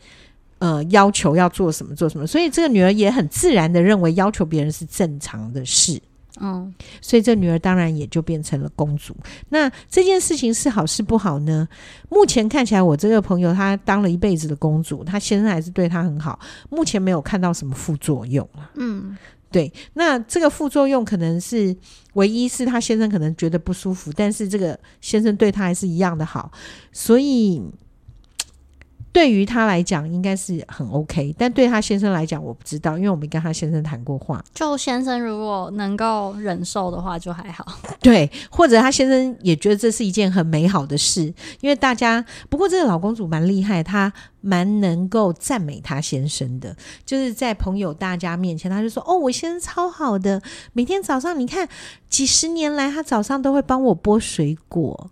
Speaker 1: 呃，要求要做什么做什么，所以这个女儿也很自然的认为要求别人是正常的事，
Speaker 2: 嗯，
Speaker 1: 所以这女儿当然也就变成了公主。那这件事情是好是不好呢？目前看起来，我这个朋友她当了一辈子的公主，她先生还是对她很好，目前没有看到什么副作用。
Speaker 2: 嗯，
Speaker 1: 对，那这个副作用可能是唯一是他先生可能觉得不舒服，但是这个先生对他还是一样的好，所以对于他来讲应该是很 OK，但对他先生来讲我不知道，因为我没跟他先生谈过话，
Speaker 2: 就先生如果能够忍受的话，就还好。
Speaker 1: 对，或者他先生也觉得这是一件很美好的事，因为大家不过这个老公主蛮厉害，她蛮能够赞美她先生的，就是在朋友大家面前，她就说：“哦，我先生超好的，每天早上你看，几十年来他早上都会帮我剥水果，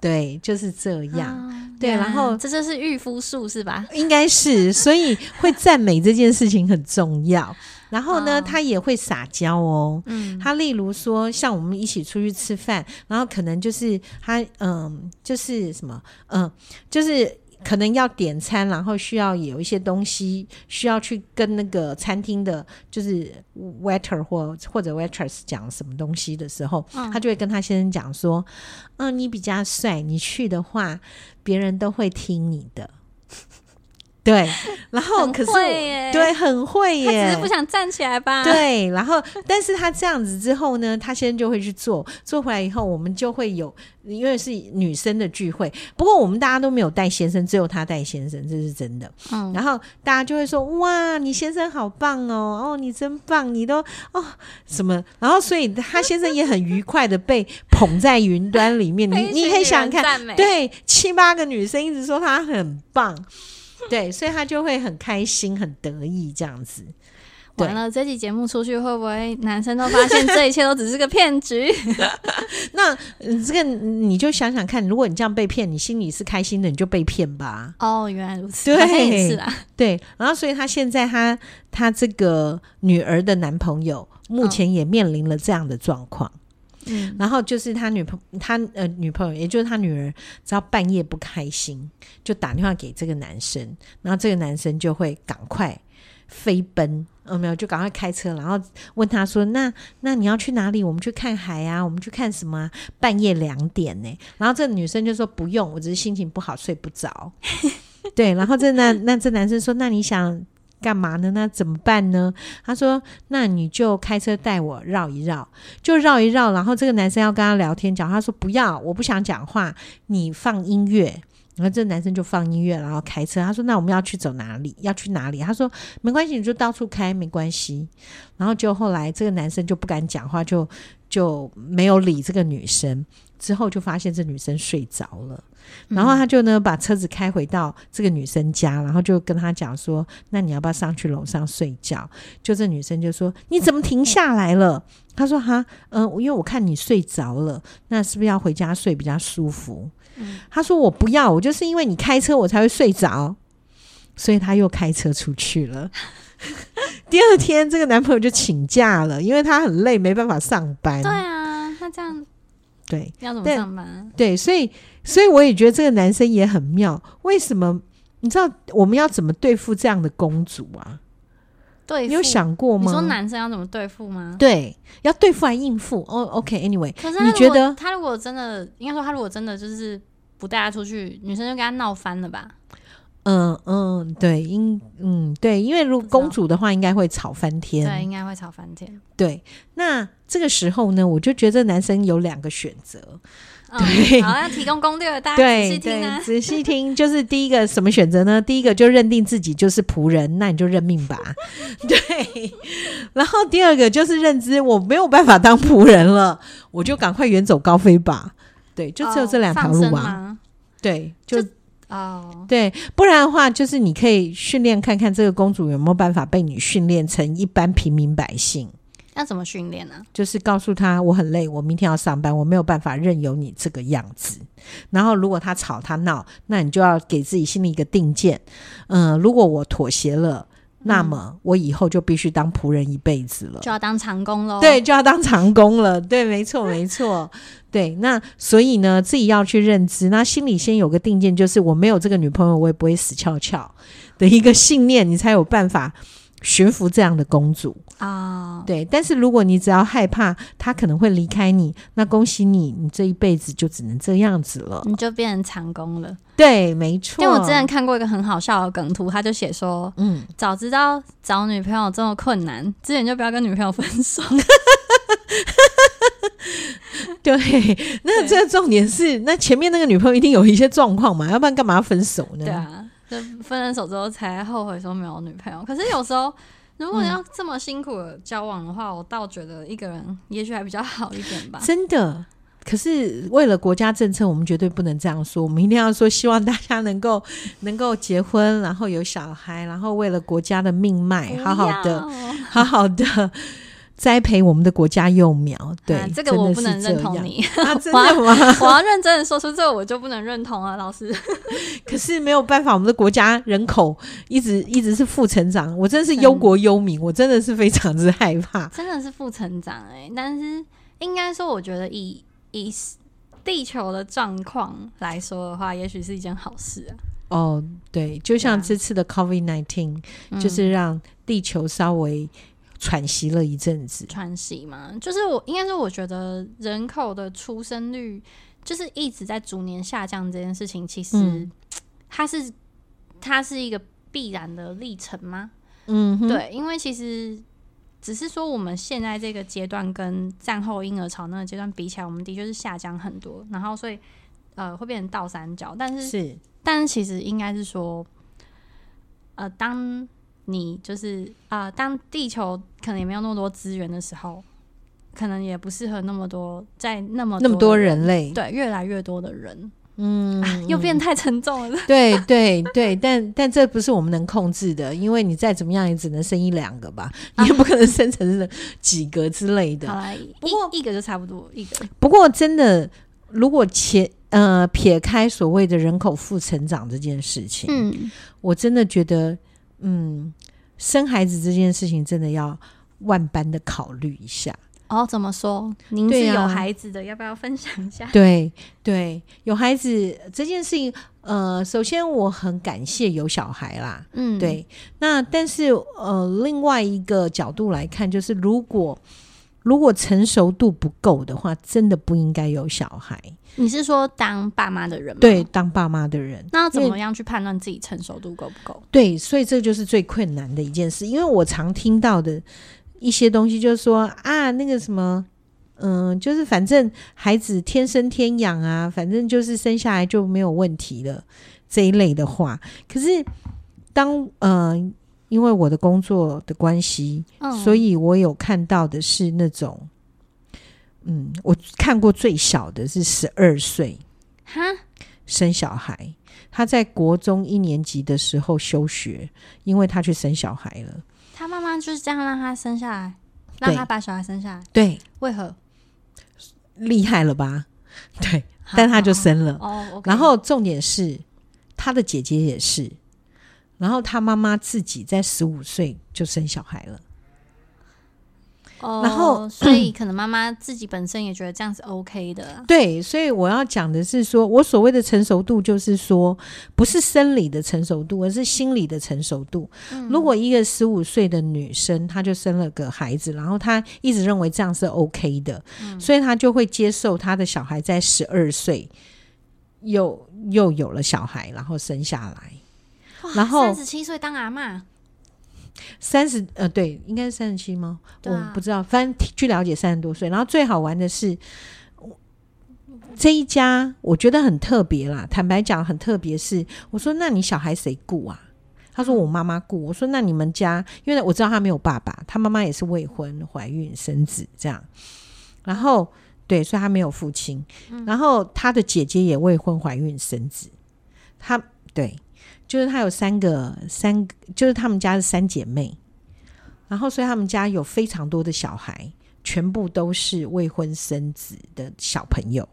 Speaker 1: 对，就是这样。
Speaker 2: 啊
Speaker 1: 对
Speaker 2: 原来
Speaker 1: 然后
Speaker 2: 这就是御夫术是吧？
Speaker 1: 应该是，所以会赞美这件事情很重要。然后呢，
Speaker 2: 哦
Speaker 1: 她也会撒娇哦。
Speaker 2: 嗯，
Speaker 1: 他例如说，像我们一起出去吃饭，然后可能就是他，嗯，就是什么，嗯，就是可能要点餐，然后需要有一些东西需要去跟那个餐厅的，就是 waiter 或或者 waitress 讲什么东西的时候，
Speaker 2: 嗯
Speaker 1: 他就会跟他先生讲说，嗯，你比较帅，你去的话，别人都会听你的。对，然后
Speaker 2: 很
Speaker 1: 哦可是我
Speaker 2: 会耶
Speaker 1: 对，很会
Speaker 2: 他
Speaker 1: 耶，
Speaker 2: 只是不想站起来吧？，
Speaker 1: 对，然后但是他这样子之后呢，他先生就会去做，做回来以后，我们就会有，因为是女生的聚会，不过我们大家都没有带先生，只有他带先生，这是真的。
Speaker 2: 嗯，
Speaker 1: 然后大家就会说：“哇，你先生好棒哦，哦，你真棒，你都哦什么？”然后所以他先生也很愉快的被捧在云端里面，你
Speaker 2: 被一群
Speaker 1: 你可以想想
Speaker 2: 女人
Speaker 1: 看，
Speaker 2: 赞美，
Speaker 1: 对，七八个女生一直说他很棒。对，所以他就会很开心、很得意这样子。对
Speaker 2: 完了这期节目出去会不会男生都发现这一切都只是个骗局？
Speaker 1: 那呃这个你就想想看，如果你这样被骗，你心里是开心的，你就被骗吧。
Speaker 2: 哦，原来如此，
Speaker 1: 对
Speaker 2: 好像也是啊，
Speaker 1: 对，然后所以她现在她她这个女儿的男朋友目前也面临了这样的状况，
Speaker 2: 嗯，
Speaker 1: 然后就是她女朋她呃女朋友，也就是她女儿，只要半夜不开心，就打电话给这个男生，然后这个男生就会赶快飞奔。嗯，没有，就赶快开车，然后问他说：“那那你要去哪里？我们去看海啊，我们去看什么、啊？半夜两点呢、然后这女生就说：“不用，我只是心情不好，睡不着。”对，然后这那那这男生说：“那你想干嘛呢？那怎么办呢？”他说：“那你就开车带我绕一绕，就绕一绕。”然后这个男生要跟他聊天讲，他说：“不要，我不想讲话，你放音乐。”然后这男生就放音乐，然后开车。他说：“那我们要去走哪里？要去哪里？”他说：“没关系，你就到处开，没关系。”然后就后来这个男生就不敢讲话，就就没有理这个女生。之后就发现这女生睡着了，
Speaker 2: 嗯
Speaker 1: 然后他就呢把车子开回到这个女生家，然后就跟她讲说：“那你要不要上去楼上睡觉？”就这女生就说：“你怎么停下来了？”他说：“哈，嗯、因为我看你睡着了，那是不是要回家睡比较舒服？”
Speaker 2: 嗯
Speaker 1: 他说：“我不要，我就是因为你开车我才会睡着。”所以他又开车出去了。 第二天，这个男朋友就请假了，因为他很累，没办法上班。
Speaker 2: 对啊，他这样
Speaker 1: 对，
Speaker 2: 要怎么
Speaker 1: 对
Speaker 2: 上班？
Speaker 1: 对，所以所以我也觉得这个男生也很妙。为什么？你知道我们要怎么对付这样的公主啊？
Speaker 2: 对付，
Speaker 1: 你有想过
Speaker 2: 你
Speaker 1: 吗？
Speaker 2: 说男生要怎么对付吗？
Speaker 1: 对，要对付还应付。哦、o k a n y w a y
Speaker 2: 可是他如
Speaker 1: 你觉
Speaker 2: 果
Speaker 1: 得
Speaker 2: 他如果真的，应该说他如果真的就是不带他出去，女生就跟他闹翻了吧？
Speaker 1: 嗯嗯，对，应嗯对，因为如
Speaker 2: 不
Speaker 1: 果
Speaker 2: 知道
Speaker 1: 公主的话，应该会吵翻天。
Speaker 2: 对，应该会吵翻 天。
Speaker 1: 对那这个时候呢，我就觉得男生有两个选择，
Speaker 2: 嗯
Speaker 1: 对
Speaker 2: 好，要提供攻略，大家仔
Speaker 1: 对
Speaker 2: 细听啊
Speaker 1: 对，。仔细听， 就是第一个什么选择呢？第一个就认定自己就是仆人，那你就认命吧。 对，然后第二个就是认知我没有办法当仆人了，我就赶快远走高飞吧。对，就只有
Speaker 2: 哦
Speaker 1: 这两条
Speaker 2: 放
Speaker 1: 路
Speaker 2: 生
Speaker 1: 啊。
Speaker 2: 吗
Speaker 1: 对，就
Speaker 2: 就哦，
Speaker 1: 对，不然的话，就是你可以训练看看这个公主有没有办法被你训练成一般平民百姓，
Speaker 2: 要怎么训练啊呢？
Speaker 1: 就是告诉她我很累，我明天要上班，我没有办法任由你这个样子。然后如果她吵她闹，那你就要给自己心里一个定见，嗯、如果我妥协了，那
Speaker 2: 嗯
Speaker 1: 么我以后就必须当仆人一辈子了。
Speaker 2: 就要当长工喽。
Speaker 1: 对，，就要当长工了。对，没错，没错。对，那所以呢，自己要去认知，那心里先有个定见，就是我没有这个女朋友，我也不会死翘翘的一个信念，你才有办法驯服这样的公主。
Speaker 2: 哦，
Speaker 1: 对，但是如果你只要害怕她可能会离开你，那恭喜你，你这一辈子就只能这样子了。
Speaker 2: 你就变成长工了。
Speaker 1: 对，没错。
Speaker 2: 因为我之前看过一个很好笑的梗图，他就写说，
Speaker 1: 嗯，
Speaker 2: 早知道找女朋友这么困难，之前就不要跟女朋友分手。
Speaker 1: 对，那这个重点是，那前面那个女朋友一定有一些状况嘛，要不然干嘛要分手 呢？
Speaker 2: 对啊，就分了手之后才后悔说没有女朋友。可是有时候，如果要这么辛苦的交往的话，我倒觉得一个人也许还比较好一 点吧。
Speaker 1: 真的。可是为了国家政策，我们绝对不能这样说。我们一定要说，希望大家能够能够结婚，然后有小孩，然后为了国家的命脉，好好 的，
Speaker 2: 不要
Speaker 1: 好好的栽培我们的国家幼苗。对，
Speaker 2: 啊这个我不能
Speaker 1: 真
Speaker 2: 认
Speaker 1: 的是这
Speaker 2: 同
Speaker 1: 样。
Speaker 2: 你，
Speaker 1: 啊，真的吗？
Speaker 2: 我要认真的说出这个，我就不能认同啊，老师。
Speaker 1: 可是没有办法，我们的国家人口一直一直是负成长，我真的是忧国忧民，我真的是非常之害怕。
Speaker 2: 真的是副成长哎、但是应该说，我觉得以以地球的状况来说的话，也许是一件好事啊。
Speaker 1: 哦，对，就像
Speaker 2: 对啊
Speaker 1: 这次的 COVID nineteen，、
Speaker 2: 嗯
Speaker 1: 就是让地球稍微喘息了一阵子。
Speaker 2: 川西嘛，就是我应该说，我觉得人口的出生率就是一直在逐年下降这件事情，其实、
Speaker 1: 嗯
Speaker 2: 它是它是一个必然的历程吗？
Speaker 1: 嗯哼，
Speaker 2: 对，因为其实只是说我们现在这个阶段跟战后婴儿潮那个阶段比起来，我们的确是下降很多，然后所以呃会变成倒三角，但是
Speaker 1: 是，
Speaker 2: 但是其实应该是说，呃，当你就是啊、呃当地球可能也没有那么多资源的时候，可能也不适合那么多在那么
Speaker 1: 那么多
Speaker 2: 的
Speaker 1: 人类，
Speaker 2: 对越来越多的人，
Speaker 1: 嗯，
Speaker 2: 又变太沉重 了。
Speaker 1: 对对对，但但这不是我们能控制的，因为你再怎么样也只能生一两个吧，你也不可能生成几个之类的
Speaker 2: 好。啦，
Speaker 1: 啊不过
Speaker 2: 一一个就差不多一个，
Speaker 1: 不过真的，如果前呃撇开所谓的人口负成长这件事情，
Speaker 2: 嗯，
Speaker 1: 我真的觉得，嗯，生孩子这件事情真的要万般的考虑一下。
Speaker 2: 哦，怎么说？您是
Speaker 1: 对
Speaker 2: 有
Speaker 1: 啊嗯
Speaker 2: 孩子的，要不要分享一 下？
Speaker 1: 对对，有孩子这件事情，呃，首先我很感谢有小孩啦。
Speaker 2: 嗯，
Speaker 1: 对，那但是呃，另外一个角度来看，就是如果如果成熟度不够的话，真的不应该有小孩。
Speaker 2: 你是说当爸妈的人吗？
Speaker 1: 对，，当爸妈的人，
Speaker 2: 那要怎
Speaker 1: 因为
Speaker 2: 么样去判断自己成熟度够不够？
Speaker 1: 对，所以这就是最困难的一件事，因为我常听到的一些东西，就是说啊，那个什么。嗯，就是反正孩子天生天养啊，反正就是生下来就没有问题了这一类的话。可是当呃，因为我的工作的关系，
Speaker 2: 嗯，
Speaker 1: 所以我有看到的是那种，嗯，我看过最小的是十二岁
Speaker 2: 哈，
Speaker 1: 生小孩，他在国中一年级的时候休学，因为他去生小孩了。
Speaker 2: 他妈妈就是这样让他生下来，
Speaker 1: 对
Speaker 2: 让他把小孩生下来，
Speaker 1: 对，
Speaker 2: 为何？
Speaker 1: 厉害了 吧？对，但他就生了。
Speaker 2: 哦，OK
Speaker 1: 嗯然后重点是，他的姐姐也是，然后他妈妈自己在十五岁就生小孩了。
Speaker 2: 哦
Speaker 1: 然后
Speaker 2: 所以可能妈妈自己本身也觉得这样是 OK 的啊，
Speaker 1: 对，所以我要讲的是说，我所谓的成熟度，就是说，不是生理的成熟度，而是心理的成熟度。如果一个十五岁的女生，她就生了个孩子，然后她一直认为这样是 OK 的，所以她就会接受她的小孩在十二岁又又有了小孩，然后生下来。然后
Speaker 2: 三十七岁当阿嬷，
Speaker 1: 三十呃，对，应该是三十七吗？
Speaker 2: 对啊
Speaker 1: 我不知道，反正听据了解三十多岁。然后最好玩的是，我这一家我觉得很特别啦。坦白讲，很特别是，我说那你小孩谁顾啊？
Speaker 2: 嗯
Speaker 1: 他说我妈妈顾。我说那你们家，因为我知道他没有爸爸，他妈妈也是未婚、怀孕、生子这样。然后对，所以他没有父亲。
Speaker 2: 嗯
Speaker 1: 然后他的姐姐也未婚、怀孕、生子。他对，就是他有三个三个，就是他们家是三姐妹，然后所以他们家有非常多的小孩，全部都是未婚生子的小朋友，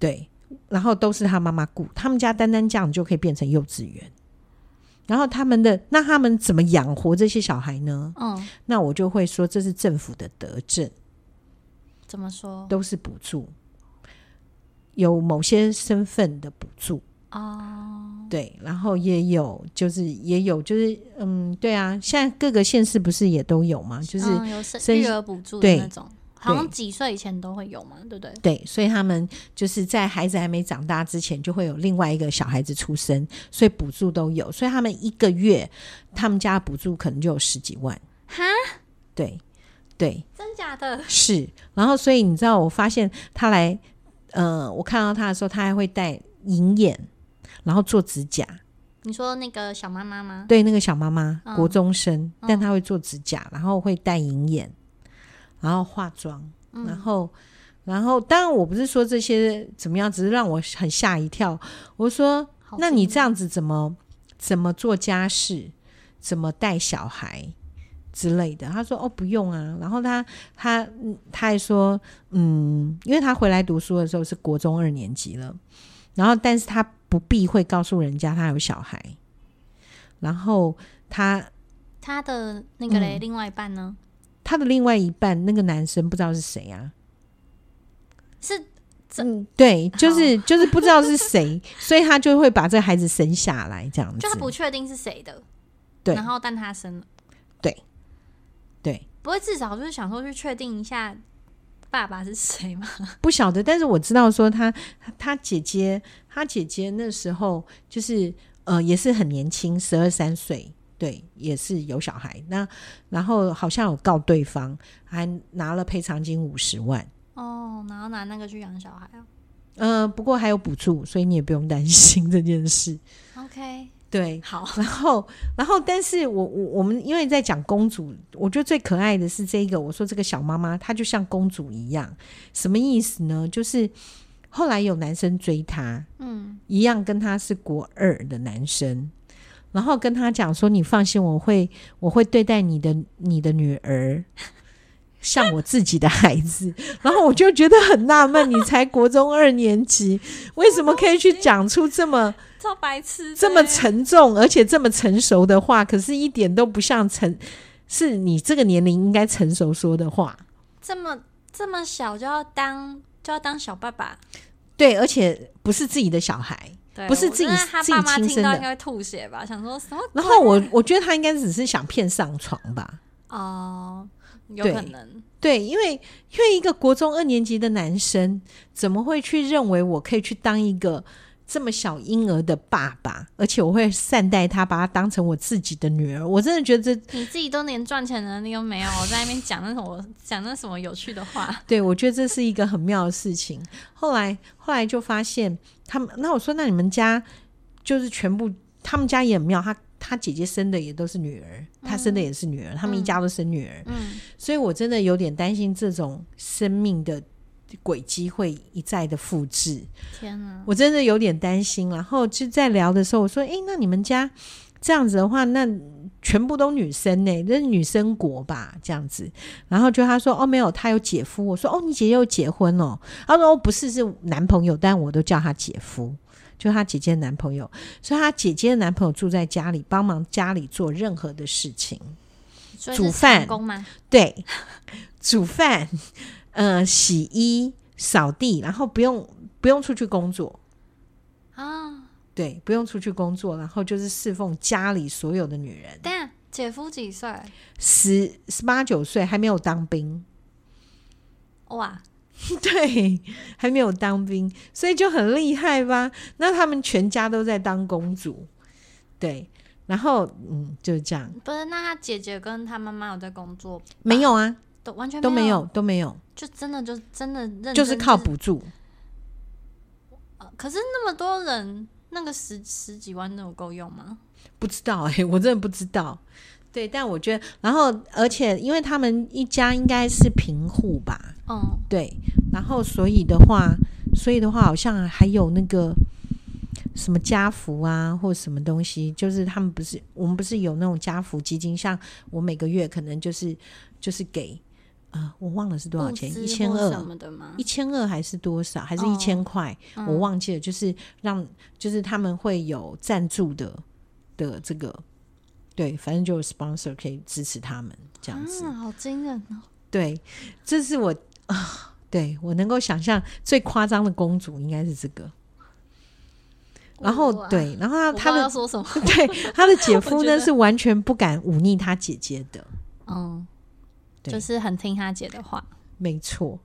Speaker 1: 对，然后都是他妈妈雇，他们家单单这样就可以变成幼稚园。然后他们的那他们怎么养活这些小孩呢？
Speaker 2: 嗯，
Speaker 1: 那我就会说这是政府的德政，
Speaker 2: 怎么说？
Speaker 1: 都是补助，有某些身份的补助。
Speaker 2: 哦，
Speaker 1: 对，然后也有，就是也有，就是嗯，对啊，现在各个县市不是也都有嘛，就是、
Speaker 2: 嗯有生
Speaker 1: 生
Speaker 2: 育儿补助的
Speaker 1: 对
Speaker 2: 那种，好像几岁以前都会有嘛，对不对？
Speaker 1: 对，所以他们就是在孩子还没长大之前，就会有另外一个小孩子出生，所以补助都有，所以他们一个月他们家的补助可能就有十几万，
Speaker 2: 哈，
Speaker 1: 对，对，
Speaker 2: 真假的？
Speaker 1: 是，然后所以你知道，我发现他来，呃，我看到他的时候，他还会戴银眼，然后做指甲，
Speaker 2: 你说那个小妈妈吗？
Speaker 1: 对，那个小妈妈，
Speaker 2: 嗯
Speaker 1: 国中生，但
Speaker 2: 嗯
Speaker 1: 她会做指甲，然后会戴银眼，然后化妆，
Speaker 2: 嗯
Speaker 1: 然后，然后，当然我不是说这些怎么样，只是让我很吓一跳。我说，
Speaker 2: 好
Speaker 1: 那你这
Speaker 2: 样，
Speaker 1: 样子怎么怎么做家事，怎么带小孩之类的？他说，哦，不用啊。然后他他嗯他还说，嗯，因为他回来读书的时候是国中二年级了，然后但是他不避讳告诉人家他有小孩，然后他
Speaker 2: 他的那个
Speaker 1: 嗯
Speaker 2: 嘞，另外一半呢？
Speaker 1: 他的另外一半那个男生不知道是谁啊，
Speaker 2: 是这
Speaker 1: 嗯，对，就是就是不知道是谁， 所以他就会把这个孩子生下来这样子，
Speaker 2: 就他不确定是谁的，
Speaker 1: 嗯对
Speaker 2: 然后但他生了，
Speaker 1: 对
Speaker 2: 不会至少就是想说去确定一下爸爸是谁吗？
Speaker 1: 不晓得，但是我知道说他他姐姐他姐姐那时候就是呃也是很年轻，十二三岁。对，也是有小孩，那然后好像有告对方，还拿了赔偿金五十万，
Speaker 2: 哦，然后拿那个去养小孩啊。
Speaker 1: 呃，不过还有补助，所以你也不用担心这件事。
Speaker 2: OK，
Speaker 1: 对，
Speaker 2: 好，
Speaker 1: 然后，然后，但是我我我们因为在讲公主，我觉得最可爱的是这一个。我说这个小妈妈，她就像公主一样，什么意思呢？就是后来有男生追她，
Speaker 2: 嗯，
Speaker 1: 一样跟她是国二的男生，然后跟她讲说：“你放心，我会我会对待你的你的女儿。” 像我自己的孩子， 然后我就觉得很纳闷，你才国中二年 级，为什么可以去讲出这么
Speaker 2: 超白痴的欸，
Speaker 1: 这么沉重而且这么成熟的话，可是一点都不像成，是你这个年龄应该成熟说的话。
Speaker 2: 这么这么小就要当就要当小爸爸，
Speaker 1: 对，而且不是自己的小孩。
Speaker 2: 对，
Speaker 1: 不是
Speaker 2: 我
Speaker 1: 自己
Speaker 2: 真的他
Speaker 1: 自己
Speaker 2: 爸妈
Speaker 1: 亲
Speaker 2: 听
Speaker 1: 生
Speaker 2: 到
Speaker 1: 的
Speaker 2: 应该会吐血吧？想说什么鬼？
Speaker 1: 然后我我觉得他应该只是想骗上床吧。
Speaker 2: 哦，有
Speaker 1: 对
Speaker 2: 可能，
Speaker 1: 对，因为因为一个国中二年级的男生，怎么会去认为我可以去当一个这么小婴儿的爸爸，而且我会善待他，把他当成我自己的女儿？我真的觉得这
Speaker 2: 你自己都连赚钱能力都没 有，在那边讲那什么讲那什么有趣的话，
Speaker 1: 对，我觉得这是一个很妙的事情。后来，后来就发现他们，那我说，那你们家就是全部，他们家也很妙，他他姐姐生的也都是女儿，他生的也是女儿，他们一家都生女儿，
Speaker 2: 嗯，
Speaker 1: 所以我真的有点担心这种生命的轨迹会一再的复制，
Speaker 2: 天哪，
Speaker 1: 我真的有点担心。然后就在聊的时候，我说，诶，那你们家这样子的话，那全部都女生呢、那是女生国吧，这样子。然后就他说哦没有，他有姐夫。我说哦你姐姐有结婚哦。他说哦不是是男朋友，但我都叫他姐夫，就他姐姐的男朋友。所以他姐姐的男朋友住在家里，帮忙家里做任何的事情，
Speaker 2: 所以
Speaker 1: 煮
Speaker 2: 是
Speaker 1: 饭
Speaker 2: 成功吗？
Speaker 1: 对，煮饭，呃，洗衣、扫地，然后不用不用出去工作。
Speaker 2: 啊，
Speaker 1: 对，不用出去工作，然后就是侍奉家里所有的女人，
Speaker 2: 等一下姐夫几岁？
Speaker 1: 十十八九岁还没有当兵，
Speaker 2: 哇，
Speaker 1: 对，还没有当兵，所以就很厉害吧？那他们全家都在当公主，对，然后嗯，就是这样，
Speaker 2: 不是，那他姐姐跟他妈妈有在工作，
Speaker 1: 没有啊，
Speaker 2: 都完全
Speaker 1: 都没
Speaker 2: 没
Speaker 1: 有，，都没有，
Speaker 2: 就真的就真的认真
Speaker 1: 就是靠、补助。
Speaker 2: 呃可是那么多人，那个十十几万那有够用吗？
Speaker 1: 不知道哎、我真的不知道。对，但我觉得，然后而且因为他们一家应该是贫户吧，
Speaker 2: 嗯，
Speaker 1: 对，然后所以的话，所以的话，好像还有那个什么家福啊，或什么东西，就是他们不是我们不是有那种家福基金，像我每个月可能就是就是给呃，我忘了是多少钱
Speaker 2: 物，哦资
Speaker 1: 一千
Speaker 2: 或什
Speaker 1: 二。
Speaker 2: 么的吗
Speaker 1: 一？千二还是多少？还是
Speaker 2: 哦
Speaker 1: 一千块？
Speaker 2: 嗯
Speaker 1: 我忘记了。就是让，就是他们会有赞助的的这个，对，反正就有 sponsor 可以支持他们这样子。
Speaker 2: 啊，好惊人哦！
Speaker 1: 对，这是我 啊，对我能够想象最夸张的公主应该是这个。然后
Speaker 2: 哇，
Speaker 1: 对，然后
Speaker 2: 我
Speaker 1: 她
Speaker 2: 不知道
Speaker 1: 她
Speaker 2: 要
Speaker 1: 的
Speaker 2: 说什么？
Speaker 1: 对她的姐
Speaker 2: 我
Speaker 1: 夫
Speaker 2: 觉得
Speaker 1: 呢是完全不敢忤逆她姐姐的，
Speaker 2: 嗯，
Speaker 1: 对
Speaker 2: 就是很听他姐的话。
Speaker 1: 没错。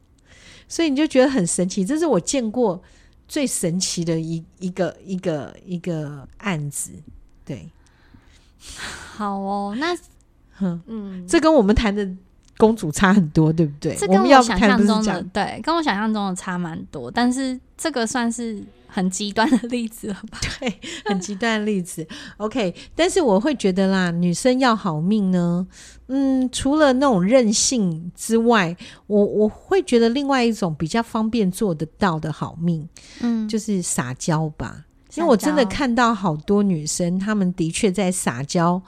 Speaker 1: 所以你就觉得很神奇，这是我见过最神奇的一一个一个一个案子。对，
Speaker 2: 好哦，那
Speaker 1: 哼，
Speaker 2: 嗯，
Speaker 1: 这跟我们谈的公主差很多，对不对？
Speaker 2: 这
Speaker 1: 我
Speaker 2: 跟
Speaker 1: 们要
Speaker 2: 想
Speaker 1: 谈
Speaker 2: 象
Speaker 1: 不是
Speaker 2: 中
Speaker 1: 这
Speaker 2: 的
Speaker 1: 样，
Speaker 2: 对，跟我想象中的差蛮多，但是这个算是很极端的例子了吧？
Speaker 1: 很极端的例子。OK，但是我会觉得啦，女生要好命呢，嗯，除了那种任性之外，我我会觉得另外一种比较方便做得到的好命，
Speaker 2: 嗯，
Speaker 1: 就是撒娇吧。因为我真的看到好多女生，她们的确在撒娇，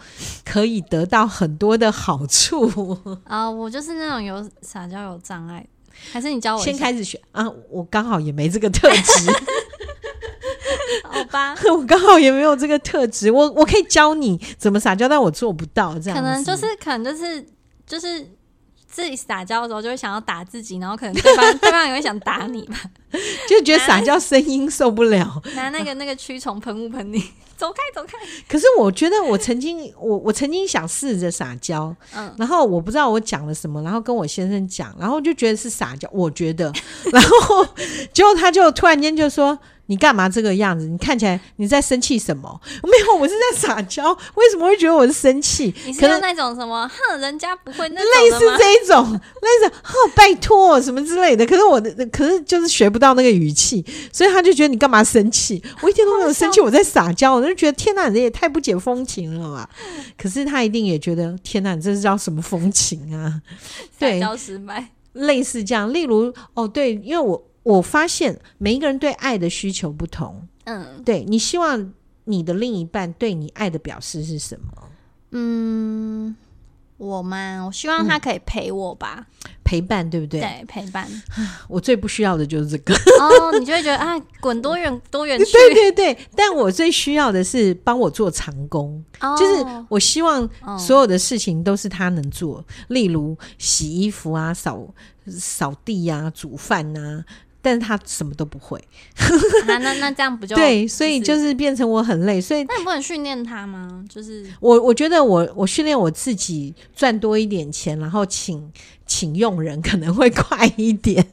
Speaker 1: 可以得到很多的好处。
Speaker 2: 啊、我就是那种有撒娇有障碍，还是你教我一
Speaker 1: 先
Speaker 2: 下
Speaker 1: 开始学啊，我刚好也没这个特质。
Speaker 2: 好吧？
Speaker 1: 我刚好也没有这个特质，我我可以教你怎么撒娇，但我做不到 这样
Speaker 2: 可
Speaker 1: 子。
Speaker 2: 能就是可能就是就是自己撒娇的时候就会想要打自己，然后可能对方对方也会想打你吧，
Speaker 1: 就觉得撒娇声音受不了。
Speaker 2: 拿那个那个驱虫喷雾喷你， 走开走开。
Speaker 1: 可是我觉得我曾经我我曾经想试着撒娇，
Speaker 2: 嗯，
Speaker 1: 然后我不知道我讲了什么，然后跟我先生讲，然后就觉得是撒娇，我觉得， 然后结果他就突然间就说。你干嘛这个样子？你看起来你在生气什么？没有，我是在撒娇。为什么会觉得我是生气？
Speaker 2: 你是
Speaker 1: 可能
Speaker 2: 用那种什么哼人家不会那
Speaker 1: 类
Speaker 2: 种
Speaker 1: 似
Speaker 2: 的吗？
Speaker 1: 这一种，类似哦，拜托什么之类的。可是我的，可是就是学不到那个语气，所以他就觉得你干嘛生气？我一点都没有生气，我在撒娇，我就觉得天哪，你也太不解风情了吧？可是他一定也觉得天哪，你这是叫什么风情啊？
Speaker 2: 撒
Speaker 1: 对
Speaker 2: 娇失败。
Speaker 1: 类似这样，例如哦，对，因为我我发现每一个人对爱的需求不同，
Speaker 2: 嗯
Speaker 1: 对你希望你的另一半对你爱的表示是什么？
Speaker 2: 嗯，我嘛，我希望他可以陪我吧，
Speaker 1: 陪伴，对不对？
Speaker 2: 嗯对，陪伴。
Speaker 1: 我最不需要的就是这个。
Speaker 2: 哦，你就会觉得啊，滚多远多远去，
Speaker 1: 对对对，但我最需要的是帮我做长工，
Speaker 2: 哦
Speaker 1: 就是我希望
Speaker 2: 嗯
Speaker 1: 所有的事情都是他能做，例如洗衣服啊、扫扫地啊、煮饭啊，但是他什么都不会。
Speaker 2: 啊，那那这样不就，
Speaker 1: 对，所以就是是变成我很累，所以
Speaker 2: 那你不能训练他吗？就是
Speaker 1: 我我觉得我我训练我自己赚多一点钱，然后请请用人可能会快一点。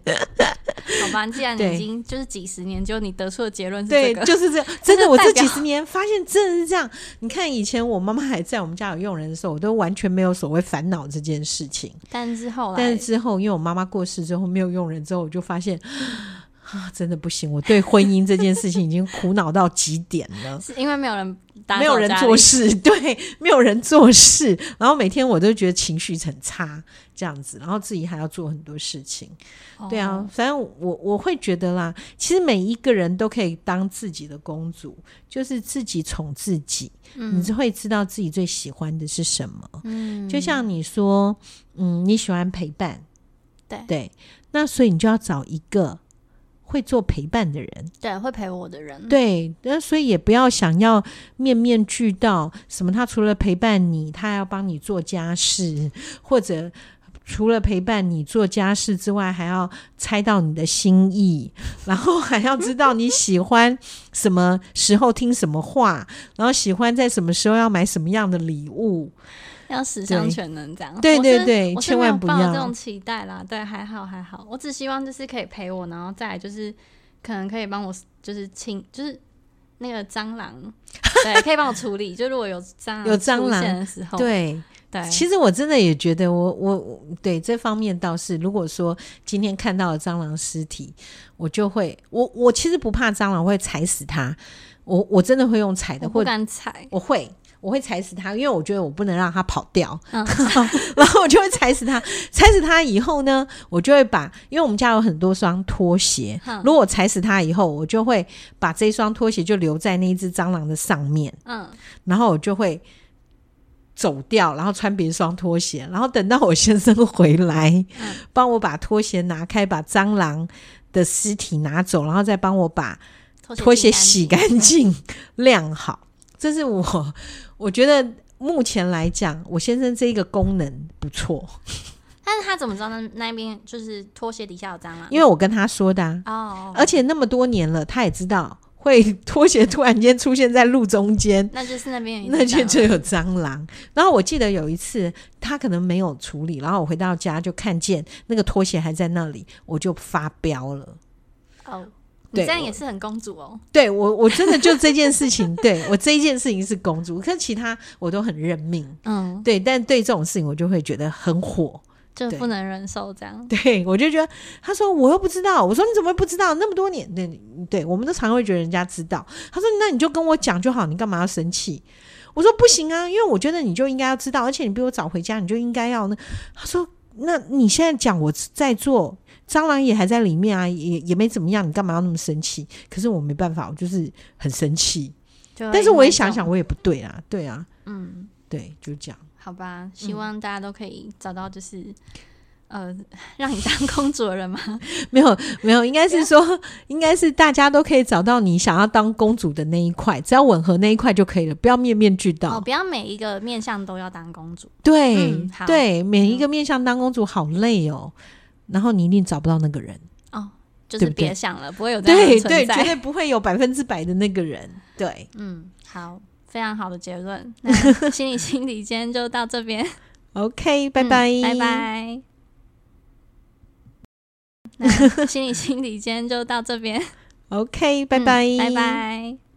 Speaker 2: 好 吧，既然你
Speaker 1: 对
Speaker 2: 已经就是几十年，就你得出的结论是这
Speaker 1: 对，
Speaker 2: 个，
Speaker 1: 就是 这样。真的，
Speaker 2: 就
Speaker 1: 我
Speaker 2: 代
Speaker 1: 这
Speaker 2: 表
Speaker 1: 几十年发现真的是这样。你看，以前我妈妈还在我们家有佣人的时候，我都完全没有所谓烦恼这件事情。
Speaker 2: 但是后
Speaker 1: 但是
Speaker 2: 来。
Speaker 1: 之后，因为我妈妈过世之后没有佣人之后，我就发现啊，真的不行，我对婚姻这件事情已经苦恼到极点了
Speaker 2: 是因为没有人打，
Speaker 1: 没有人做，事， 对，没有人做事，然后每天我都觉得情绪很差，这样子，然后自己还要做很多事情。
Speaker 2: 哦
Speaker 1: 对啊，，反正我我会觉得啦，其实每一个人都可以当自己的公主，就是自己宠自己，你
Speaker 2: 嗯
Speaker 1: 就会知道自己最喜欢的是什么。
Speaker 2: 嗯，
Speaker 1: 就像你说，嗯，你喜欢陪伴，
Speaker 2: 对
Speaker 1: 对，那所以你就要找一个会做陪伴的人。
Speaker 2: 对会陪我的人，
Speaker 1: 对，那所以也不要想要面面俱到，什么他除了陪伴你，他还要帮你做家事，或者除了陪伴你做家事之外，还要猜到你的心意，然后还要知道你喜欢什么时候听什么话，然后喜欢在什么时候要买什么样的礼物。
Speaker 2: 要十项
Speaker 1: 对
Speaker 2: 全能这样，
Speaker 1: 对
Speaker 2: 我
Speaker 1: 对
Speaker 2: 是
Speaker 1: 对
Speaker 2: 我是
Speaker 1: 千
Speaker 2: 没有
Speaker 1: 万不
Speaker 2: 抱
Speaker 1: 要
Speaker 2: 这种期待啦。对，还好还好，我只希望就是可以陪我，然后再来就是可能可以帮我就是亲，就是那个蟑 螂，对，可以帮我处理。就如果有蟑螂
Speaker 1: 有蟑
Speaker 2: 出
Speaker 1: 螂
Speaker 2: 现的时候，
Speaker 1: 对，
Speaker 2: 对，
Speaker 1: 其实我真的也觉得我，我我对这方面倒是，如果说今天看到了蟑螂尸体，我就会，我我其实不怕蟑螂，我会踩死它，我我真的会用踩的，
Speaker 2: 我
Speaker 1: 或
Speaker 2: 不
Speaker 1: 者
Speaker 2: 敢踩。
Speaker 1: 我会。我会踩死它，因为我觉得我不能让它跑掉，
Speaker 2: 嗯
Speaker 1: 然后我就会踩死它。踩死它以后呢，我就会把，因为我们家有很多双拖鞋，
Speaker 2: 哼
Speaker 1: 如果我踩死它以后，我就会把这双拖鞋就留在那一只蟑螂的上面，
Speaker 2: 嗯，
Speaker 1: 然后我就会走掉，然后穿别双拖鞋，然后等到我先生回来，
Speaker 2: 嗯
Speaker 1: 帮我把拖鞋拿开，把蟑螂的尸体拿走，然后再帮我把拖鞋洗
Speaker 2: 干净。
Speaker 1: 干净、晾好。这是我 我觉得目前来讲，我先生这一个功能不错，
Speaker 2: 但是他怎么知道那那边就是拖鞋底下有蟑螂？
Speaker 1: 因为我跟他说的、啊，
Speaker 2: 嗯哦，
Speaker 1: 而且那么多年了，他也知道会拖鞋突然间出现在路中间，
Speaker 2: 那就是那边有一只
Speaker 1: 那就
Speaker 2: 蟑
Speaker 1: 就
Speaker 2: 螂
Speaker 1: 有蟑螂。然后我记得有一次，他可能没有处理，然后我回到家就看见那个拖鞋还在那里，我就发飙了。
Speaker 2: 哦，你
Speaker 1: 对
Speaker 2: 这样
Speaker 1: 我
Speaker 2: 也是很公主哦。
Speaker 1: 对我，我真的就这件事情，对我这一件事情是公主，可是其他我都很认命。
Speaker 2: 嗯，
Speaker 1: 对，但对这种事情我就会觉得很火。
Speaker 2: 就
Speaker 1: 对
Speaker 2: 不能忍受这样。
Speaker 1: 对我就觉得，他说我又不知道，我说你怎么会不知道？那么多年，对对，我们都常会觉得人家知道。他说那你就跟我讲就好，你干嘛要生气？我说不行啊，因为我觉得你就应该要知道，而且你比我早回家，你就应该要那。他说那你现在讲我在做，蟑螂也还在里面啊，也也没怎么样，你干嘛要那么生气？可是我没办法，我就是很生气。
Speaker 2: 就会
Speaker 1: 但是我
Speaker 2: 啊因
Speaker 1: 也
Speaker 2: 为这
Speaker 1: 想
Speaker 2: 种，
Speaker 1: 想，我也不对啊，对啊，
Speaker 2: 嗯，
Speaker 1: 对，就这样。
Speaker 2: 好
Speaker 1: 嗯
Speaker 2: 吧，希望大家都可以找到就是。呃，让你当公主的 人吗？
Speaker 1: 没有没有，应该
Speaker 2: 啊
Speaker 1: 是说，应该是大家都可以找到你想要当公主的那一块，只要吻合那一块就可以了，不要面面俱到。
Speaker 2: 哦，不要每一个面相都要当公主。
Speaker 1: 对、
Speaker 2: 嗯好
Speaker 1: 对，每一个面向当公主好累哦，然后你一定找不到那个人，
Speaker 2: 哦，就
Speaker 1: 对
Speaker 2: 是
Speaker 1: 不对
Speaker 2: 别想了，不会有这样的
Speaker 1: 对
Speaker 2: 人
Speaker 1: 对，
Speaker 2: 存
Speaker 1: 绝
Speaker 2: 在。
Speaker 1: 对不会有百分之百的那个人。对，
Speaker 2: 嗯，好，非常好的结论。 那心理心理今天就到这边，
Speaker 1: OK，拜拜，
Speaker 2: 嗯拜。 拜。那心理心理今天就到这边，
Speaker 1: OK，拜拜，
Speaker 2: 嗯拜。拜。